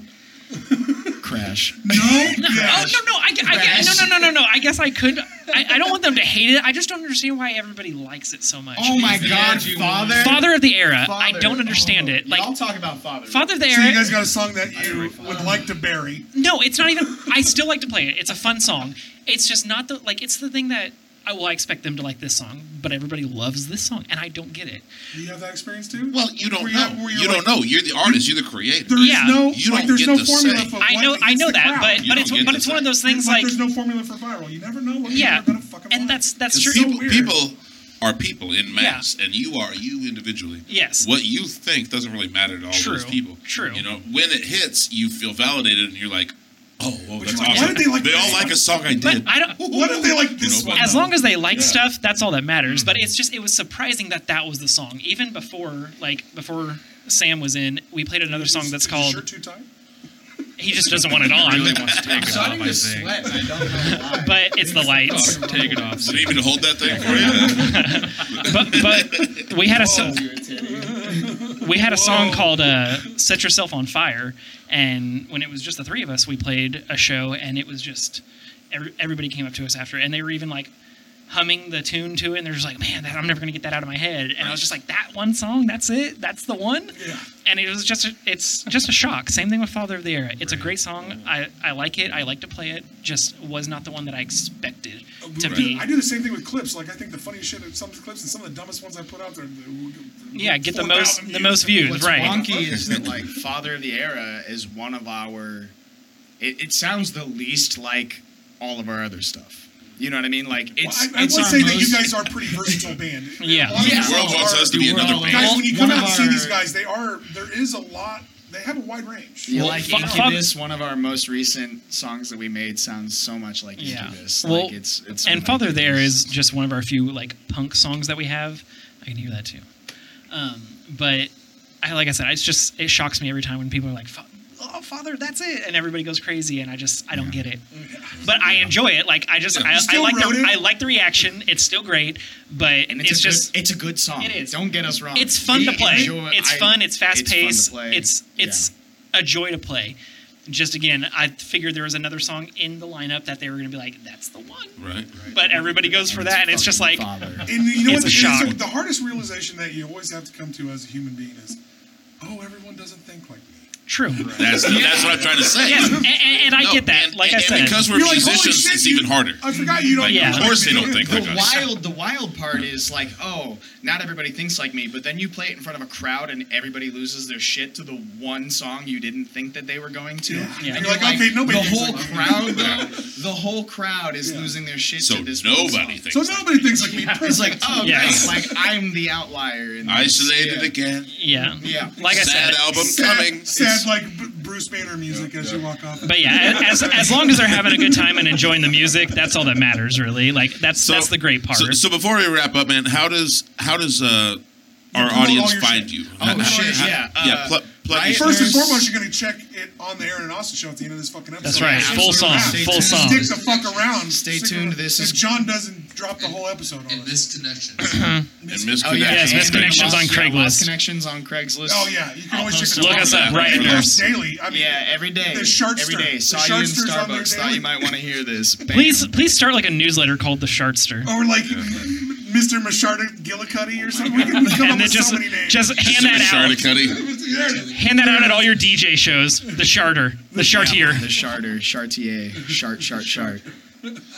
S4: Crash.
S1: No.
S3: Oh
S1: yeah.
S3: no no I, I- I- no no no no no! I guess I could. I, I don't want them to hate it. I just don't understand why everybody likes it so much.
S4: Oh my
S9: Dad,
S4: God,
S9: you
S4: Father.
S3: Father of the Era. I
S9: Father.
S3: don't understand
S9: Oh,
S3: it. Like
S9: y'all talk about father.
S3: Father of the
S1: So
S3: Era.
S1: you guys got a song that you
S9: Alright.
S1: would like to bury?
S3: no, it's not even. I still like to play it. It's a fun song. It's just not the like. It's the thing that I well I expect them to like this song, but everybody loves this song, and I don't get it.
S1: Do you have that experience too?
S2: Well, you
S1: Where
S2: don't
S1: you're-
S2: know.
S1: where
S2: You
S1: you're
S2: don't
S1: like,
S2: know. You're the artist. You're the creator.
S1: There's
S3: Yeah.
S1: no
S2: You don't
S1: like. There's
S2: get
S1: no
S2: to
S1: formula
S2: say.
S1: for
S3: I
S1: what
S3: know I
S1: hits
S3: know
S1: the
S3: that,
S1: crowd.
S3: but
S2: You
S3: but
S2: don't
S3: it's
S2: get
S3: but
S2: to
S3: it's one of
S2: say.
S3: those things
S1: It's
S3: like
S1: there's no formula for viral. You never know what
S3: yeah,
S1: people are gonna fucking
S3: and
S1: like.
S3: that's that's
S2: 'Cause
S3: true.
S2: People,
S1: weird.
S2: people are people in mass, and you are you individually.
S3: Yes.
S2: What you think doesn't really matter to all
S3: True,
S2: those people.
S3: true.
S2: You know, when it hits, you feel validated, and you're like, "Oh, well, that's
S1: you're like,
S2: awesome."
S1: why did they like
S2: all
S1: this
S2: like a song I did.
S3: but I don't.
S1: what if they like this
S2: You know,
S1: one?
S2: but-
S3: as long as they like
S2: Yeah.
S3: stuff, that's all that matters. But it's just it was surprising that that was the song. Even before like before Sam was in, we played another song that's
S1: Is your
S3: called
S1: shirt too tight?
S3: "He Just Doesn't Want It On,"
S8: really wants to take it off.
S9: Starting
S8: I
S9: to
S8: think.
S9: sweat. I don't know why.
S3: but it's the lights.
S8: Take it off.
S2: Did I even hold that thing for you?
S3: But but we had a so- we had a song called uh, "Set Yourself on Fire," and when it was just the three of us, we played a show, and it was just every, everybody came up to us after, and they were even like humming the tune to it, and they're just like, "Man, that, I'm never gonna get that out of my head." And I was just like, "That one song, that's it, that's the one."
S1: Yeah.
S3: And it was just a, it's just a shock. Same thing with Father of the Era. It's a great song. I I like it. I like to play it. Just was not the one that I expected to be.
S1: Oh, I do the same thing with clips. Like I think the funniest shit at some clips and some of the dumbest ones I put out there. they're-
S3: Yeah, get the
S1: 4,000
S3: most the most views,
S4: What's
S3: right?
S4: wonky is that like Father of the Era is one of our. It, it sounds the least like all of our other stuff. You know what I mean? Like
S1: Well,
S4: it's.
S1: I, I would
S4: it's our
S1: say that you
S4: most-
S1: guys are a pretty versatile band.
S3: Yeah.
S1: A lot of
S4: Yeah.
S1: these
S2: The world
S1: songs
S2: wants
S1: are-
S2: us to be
S4: We're
S2: another
S4: all
S2: band.
S1: Guys, when you
S4: One
S1: come out
S4: of
S1: and see
S4: our-
S1: these guys, they are there is a lot. They have a wide range.
S4: You
S3: Well,
S4: like
S3: fuck-
S4: Incubus, one of our most recent songs that we made sounds so much like
S3: Yeah.
S4: Incubus.
S3: Well,
S4: like it's, it's
S3: and
S4: like-
S3: Father There is just one of our few like punk songs that we have. I can hear that too. Um, but I, like I said, it's just it shocks me every time when people are like, "Fa- "Oh, Father, that's it," and everybody goes crazy, and I just I don't get it.
S4: Mm.
S3: But I enjoy it. Like I just
S2: Yeah.
S3: I,
S2: You
S3: I
S1: still
S3: like
S1: wrote
S3: the
S1: it?
S3: I like the reaction. It's still great, but
S4: And
S3: it's,
S4: it's, a
S3: just.
S4: good, it's a good song.
S3: It is.
S4: Don't get us wrong.
S3: it's fun
S4: We
S3: to play.
S4: enjoy-
S3: it's
S4: I-
S3: fun. It's fast
S4: fun to
S3: paced.
S4: play.
S3: It's it's
S4: Yeah.
S3: a joy to play. Just again, I figured there was another song in the lineup that they were going to be like, "That's the one."
S2: right.
S3: But everybody goes for that, and it's just like,
S4: Father.
S1: And you know
S3: It's
S1: what?
S3: a shock.
S1: so the hardest realization that you always have to come to as a human being is, oh, everyone doesn't think like me.
S3: True.
S2: That's that's what I'm trying to say.
S3: Yes, and, and- and I
S2: No,
S3: get that.
S2: and-
S3: like
S2: and,
S3: I said,
S2: because we're
S1: You're like, holy
S2: musicians,
S1: shit,
S2: it's
S1: you-
S2: even harder.
S1: I forgot you don't.
S2: Like,
S3: Yeah.
S2: Of course, they don't think
S4: the
S2: like us.
S4: wild the wild part is like oh not everybody thinks like me but then you play it in front of a crowd and everybody loses their shit to the one song you didn't think that they were going to
S1: Yeah.
S4: And
S3: Yeah.
S1: You're like, okay, nobody
S4: the
S1: thinks
S4: whole
S1: like me.
S4: crowd though, the whole crowd is
S1: Yeah.
S4: losing their shit
S2: So
S4: to this one
S2: nobody
S4: song.
S2: thinks.
S1: So nobody thinks like me.
S4: it's like oh
S3: Yeah.
S4: great, like i'm the outlier in this.
S2: Isolated
S4: yeah.
S2: again.
S3: yeah,
S4: yeah
S3: like I
S2: Sad
S3: said,
S2: album
S1: sad,
S2: coming.
S1: Sad
S2: It's-
S1: like b- Bruce Banner music as you walk off.
S3: But yeah, as, as long as they're having a good time and enjoying the music, that's all that matters, really. Like that's
S2: So-
S3: that's the great part.
S2: So, so before we wrap up, man, how does how does uh, our
S1: promote all
S2: audience
S1: your
S2: find
S1: shit.
S2: you?
S1: Oh,
S2: How- how-
S4: shit,
S2: how-
S4: yeah,
S2: yeah.
S4: uh,
S2: Plug, plug your
S4: Riot
S2: shit.
S1: First and
S4: There's-
S1: foreman you're going to check it on the Aaron and Austin show at the end of this fucking episode.
S3: That's right. Full
S1: Stick
S3: song.
S1: around.
S3: Full
S1: Stick
S3: song.
S1: the fuck around.
S4: Stay
S1: Stick
S4: tuned,
S1: around.
S4: this is-
S1: If John doesn't drop the whole episode on
S7: And
S1: us.
S7: misconnections.
S2: and misconnections.
S4: Oh yeah,
S3: Yes,
S4: and
S3: misconnections
S4: lost-
S3: on
S4: yeah,
S3: Craigslist.
S4: lost Connections on Craigslist.
S1: Oh yeah, you can
S3: I'll
S1: always check
S3: post
S1: the
S3: it. Look us up, right,
S1: They
S3: nurse.
S1: post daily. I mean,
S4: Yeah, every day.
S1: The sharkster.
S4: Every day.
S1: The
S4: Saw you in
S1: sharkster's on there
S4: Starbucks. Thought
S1: daily.
S4: you might want to hear this. Bam.
S3: please please start like a newsletter called the Shartster.
S2: Oh,
S1: Or like Mr. Masharda Gillicuddy or something. We can come up
S3: and then
S1: with
S3: just
S1: so many names.
S3: just hand that out.
S2: Sorry to cut you.
S3: Hand that out at all your DJ shows. The Charter. The Chartier.
S4: The Charter, Chartier, Chart, Chart, Chart.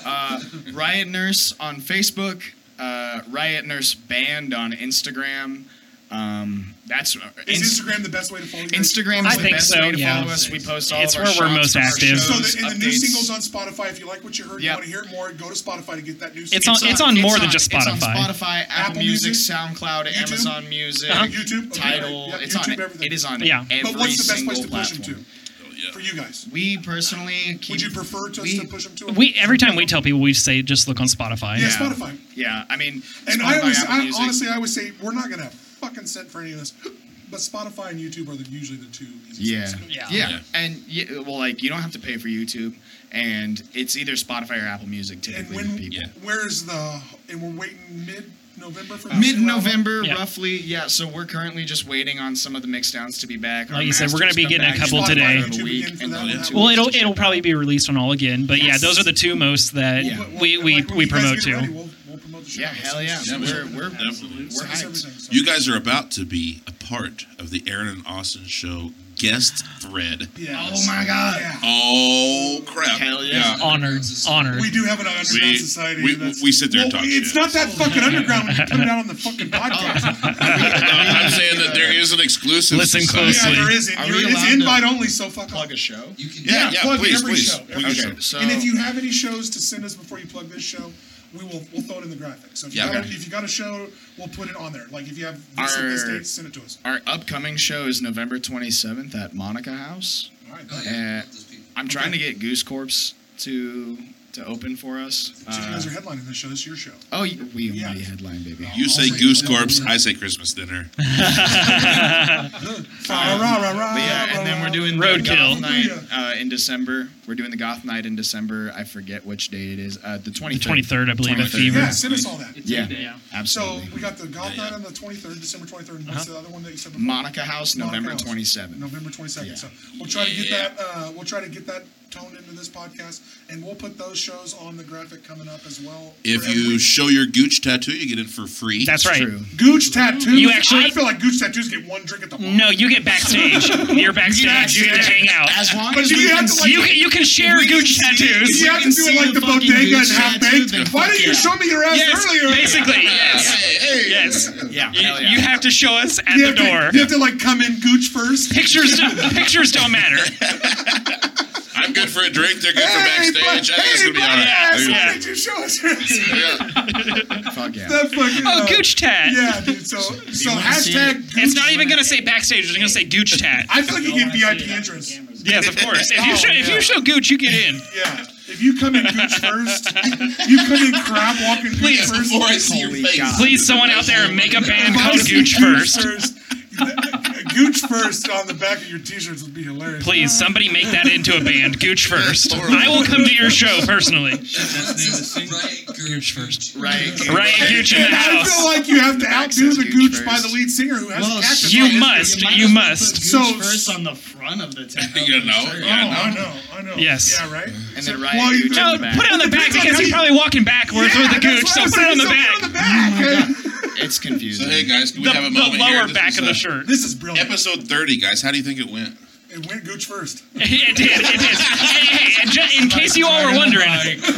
S4: Uh, Riot Nurse on Facebook, uh, Riot Nurse Band on Instagram. Um, that's
S1: Is
S4: Inst-
S1: Instagram the best way to follow you? guys?
S4: Instagram
S3: I
S4: is the
S3: think
S4: best
S3: so,
S4: way to
S3: yeah.
S4: follow us. We post all
S3: It's
S4: of our
S3: where we're
S4: shots,
S1: most
S4: our
S3: active.
S4: shows,
S1: So the, in the new
S4: updates.
S1: singles on Spotify, if you like what you heard,
S4: Yep.
S1: you want to hear more, go to Spotify to get that new.
S3: It's
S1: single.
S3: on- it's on more than just
S4: it's on
S3: Spotify.
S4: Spotify, Apple,
S1: Apple
S4: Music,
S1: Music,
S4: SoundCloud,
S1: YouTube,
S4: Amazon Music,
S1: Uh-huh. YouTube, okay,
S4: Title.
S1: yeah,
S4: it's
S1: YouTube,
S4: on.
S1: everything.
S4: It is on
S3: Yeah. But
S4: every
S1: But what's the best
S4: single
S1: place to push
S4: platform.
S1: them
S2: Yeah.
S1: to for you guys?
S4: We personally keep.
S1: Would you prefer to us
S4: we-
S1: to push them to? a-
S3: We every time we tell people we say just look on Spotify.
S1: yeah,
S4: Yeah.
S1: Spotify.
S4: Yeah, I mean,
S1: And I
S4: Spotify,
S1: always,
S4: Apple
S1: I,
S4: Music.
S1: honestly, I always say we're not gonna have fucking cent for any of this, but Spotify and YouTube are the, usually the two. easiest
S4: Yeah.
S1: things to do.
S3: Yeah.
S4: Yeah.
S2: Yeah.
S4: And yeah, well, like you don't have to pay for YouTube, and it's either Spotify or Apple Music
S1: And
S4: typically.
S1: when
S4: for people.
S2: Yeah.
S1: where is the and we're waiting mid November for this?
S4: Uh, Mid-November,
S3: Yeah.
S4: roughly. Yeah. So we're currently just waiting on some of the mixdowns to be back. Our
S3: Like you said, we're
S4: masters
S3: gonna be
S4: come
S3: getting a
S4: back
S3: couple
S4: in
S3: today.
S4: about a week,
S1: YouTube again for
S4: and
S1: that
S4: then
S1: one.
S4: two
S3: Well,
S4: weeks
S3: it'll
S4: to ship
S3: it'll
S4: out.
S3: probably be released on all again, but yeah, those are the two most that
S4: Yeah.
S3: we
S1: Well,
S3: we,
S1: like, when
S3: we
S1: you guys
S3: promote
S1: get
S3: to.
S1: ready, We'll, we'll promote the show.
S4: Yeah, hell yeah.
S2: Yeah, we
S4: We're
S2: should.
S4: we're
S2: Absolutely.
S4: we're
S1: Service
S4: hyped.
S1: everything, so-
S2: You guys are about to be a part of the Aaron and Austin show guest thread.
S1: Yeah.
S4: Oh my god.
S1: Yeah.
S2: Oh crap!
S4: Hell yeah.
S3: Honored. Honored.
S1: We do have an underground
S2: We-
S1: society.
S2: we-
S1: that's-
S2: we sit there and
S1: Well,
S2: talk
S1: It's
S2: shit.
S1: not that fucking underground when you put it out on the fucking
S4: Oh,
S1: podcast.
S2: No, I'm saying that there is an exclusive.
S3: Listen
S2: society.
S1: yeah,
S3: closely.
S1: there is. It.
S4: Are
S1: You're-
S4: we allowed
S1: It's
S4: to
S1: invite only, so fuck off.
S4: Plug a show.
S7: You can
S2: Yeah, yeah.
S1: plug
S2: please,
S1: every
S2: please.
S1: show.
S2: Plug your
S1: Okay,
S2: show.
S4: So
S1: And if you have any shows to send us before you plug this show, we will we'll throw it in the graphic. So if you,
S2: Yeah,
S1: got,
S2: okay.
S1: if you got a show, we'll put it on there. Like if you have this at this
S4: Our-
S1: date, send it to us.
S4: our upcoming show is November 27th at Monica House.
S1: All right.
S7: Oh,
S1: So
S7: yeah.
S4: Uh, I'm trying to get Goose Corpse to to open for us.
S1: you guys
S4: Uh,
S1: are headlining this show. This is your show.
S4: oh, y- we
S1: Yeah.
S4: already headline, baby.
S2: You say Goose Corpse, I say Christmas dinner.
S1: Rah, rah, rah, rah,
S4: But yeah,
S1: rah,
S4: and then
S1: rah.
S4: we're doing
S3: Roadkill.
S4: the Goth Night uh, in December. We're doing the Goth Night in December. I forget which date it is. Uh, the 23rd.
S3: 23rd, I believe, at
S4: 23rd.
S3: Fever.
S1: Yeah, send us all that.
S4: Yeah,
S3: Yeah.
S1: So
S4: absolutely.
S1: we got the golf
S2: Yeah, yeah.
S1: night on the 23rd, December 23rd. and
S4: Uh-huh.
S1: What's the other one that you said before?
S4: Monica House, November
S1: Monica House.
S4: 27th.
S1: November 22nd.
S4: Yeah.
S1: So we'll try to get
S2: Yeah.
S1: that. Uh, we'll try to get that toned into this podcast, and we'll put those shows on the graphic coming up as well.
S2: If
S1: for
S2: you
S1: every-
S2: show your Gooch tattoo, you get in for free.
S3: That's right.
S4: True.
S1: Gooch tattoos,
S3: You actually-
S1: I feel like Gooch tattoos get one drink at the bar.
S3: No, you get backstage. You're backstage. You get to hang out.
S4: As long
S1: But
S4: as
S1: do
S4: we
S1: you
S4: can
S1: have to
S4: see-
S1: like?
S3: You can, you can share Gooch tattoos.
S1: you have to do it like the,
S4: fucking
S1: bodega and
S4: Gooch
S1: half
S4: tattoo,
S1: baked. Why
S4: then fuck
S1: didn't you
S4: yeah.
S1: show me your ass
S3: Yes,
S1: earlier?
S3: basically, yes. Yes.
S4: yeah,
S3: You,
S4: hell yeah.
S3: you have to show us at
S1: You
S3: the
S1: have, to,
S3: door.
S1: you have to like come in Gooch first.
S3: Pictures, don't, pictures don't matter.
S2: I'm good for a drink. They're good
S1: Hey,
S2: for backstage. I think it's
S1: hey,
S2: gonna be all right.
S1: ass,
S3: Yeah.
S1: why did you show us your ass?
S2: Yeah.
S4: Fuck yeah.
S1: That fucking,
S3: Oh,
S1: uh,
S3: Gooch tat.
S1: Yeah, dude. So, so
S4: wanna see
S1: hashtag. Gooch-
S3: It's not even gonna say backstage. It's gonna say Gooch tat.
S1: I Oh, feel like you get VIP entrance.
S3: Yes, of course. If you show, if you show Gooch, you get in.
S1: Yeah. If you come in Gooch first, you come in crab walking Gooch
S3: Please,
S1: first.
S2: Before I see your
S4: Holy
S2: face.
S4: God.
S3: Please, someone out there, make a band called
S1: Honestly,
S3: Gooch first.
S1: Gooch first on the back of your t-shirts would be hilarious.
S3: Please, somebody make that into a band. Gooch first. I will come to your show personally.
S7: Right, Gooch first.
S4: Right.
S3: Ryan Gooch in the
S1: And I feel
S3: house.
S1: like you have to outdo
S4: Access
S1: the
S4: Gooch
S1: Gooch by the
S4: first.
S1: lead singer who has a cactus.
S3: you
S1: on his-
S3: must, you must.
S1: So-
S10: on the front of the tent.
S2: You know,
S1: Oh,
S2: yeah, no.
S1: I know, I know.
S3: Yes.
S1: Yeah, right?
S4: And then
S1: Well,
S4: Ryan
S1: you
S4: Gooch
S3: No,
S4: in the
S3: put
S4: back.
S3: it on the back because he's probably walking backwards with the
S1: that's
S3: Gooch.
S1: what
S3: So
S1: I'm
S3: put it
S1: saying,
S3: on the
S1: so put it
S3: back.
S1: on the back.
S4: It's confusing.
S2: So hey guys, can we
S3: The,
S2: have a
S3: the
S2: moment here?
S3: lower
S2: This
S3: back
S2: is,
S3: of the
S2: uh,
S3: shirt.
S1: This is brilliant.
S2: Episode 30, guys. How do you think it went?
S1: It went Gooch first.
S3: It did. It did. Hey, hey, and ju- in case you all were wondering,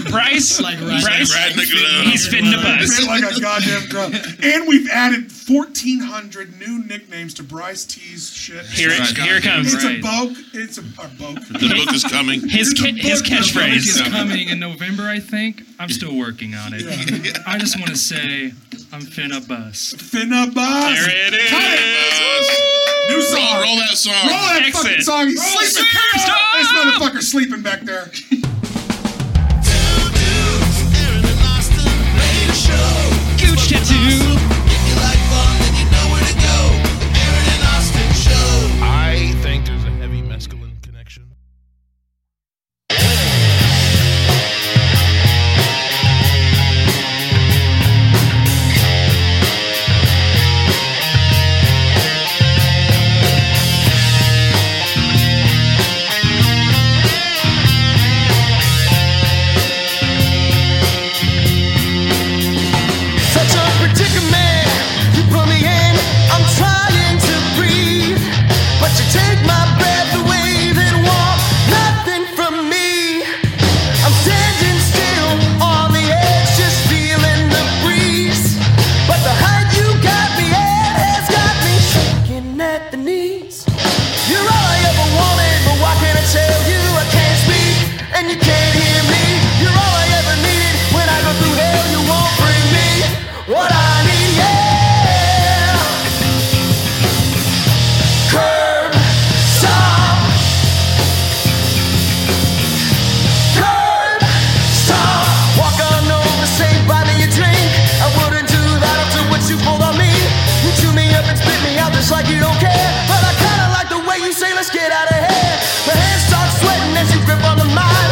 S3: Bryce, Bryce,
S2: Riding the globe.
S3: he's fitting the bus.
S1: Fit like a goddamn drum. And we've added 1,400 new nicknames to Bryce T's shit.
S3: Here, it, here it comes.
S1: It's a
S8: Right.
S1: boke. It's a, a boke.
S2: The book is coming.
S3: His ca- his
S8: Which is
S3: catchphrase.
S8: coming in November, I think. I'm still working on it. I just want to say I'm finna bust.
S1: Finna bus.
S3: There it is.
S2: Us.
S1: New
S2: Roll-
S1: song.
S2: roll that song.
S1: Roll that
S2: Exit.
S1: fucking song. He's
S2: Roll
S1: sleeping. This motherfucker's sleeping back there.
S3: Gooch tattoo.
S11: I think there's a heavy mescaline connection.
S5: Such a predicament. You put me in. I'm trying to breathe, but you take my breath away. Then want nothing from me. I'm standing still on the edge, just feeling the breeze. But the height you got me at has got me shaking at the knees. You're all I ever wanted, but why can't I tell you I can't speak and you can't hear me? You're all I ever needed. When I go through hell, you won't bring me what I need. Yeah. Curb, stop. Curb, stop. Walk on over, say buy me a drink. I wouldn't do that. I'll do what you pulled on me. You chew me up and spit me out just like you don't care. But I kinda like the way you say, let's get out of here. My hands start sweating as you grip on the mind.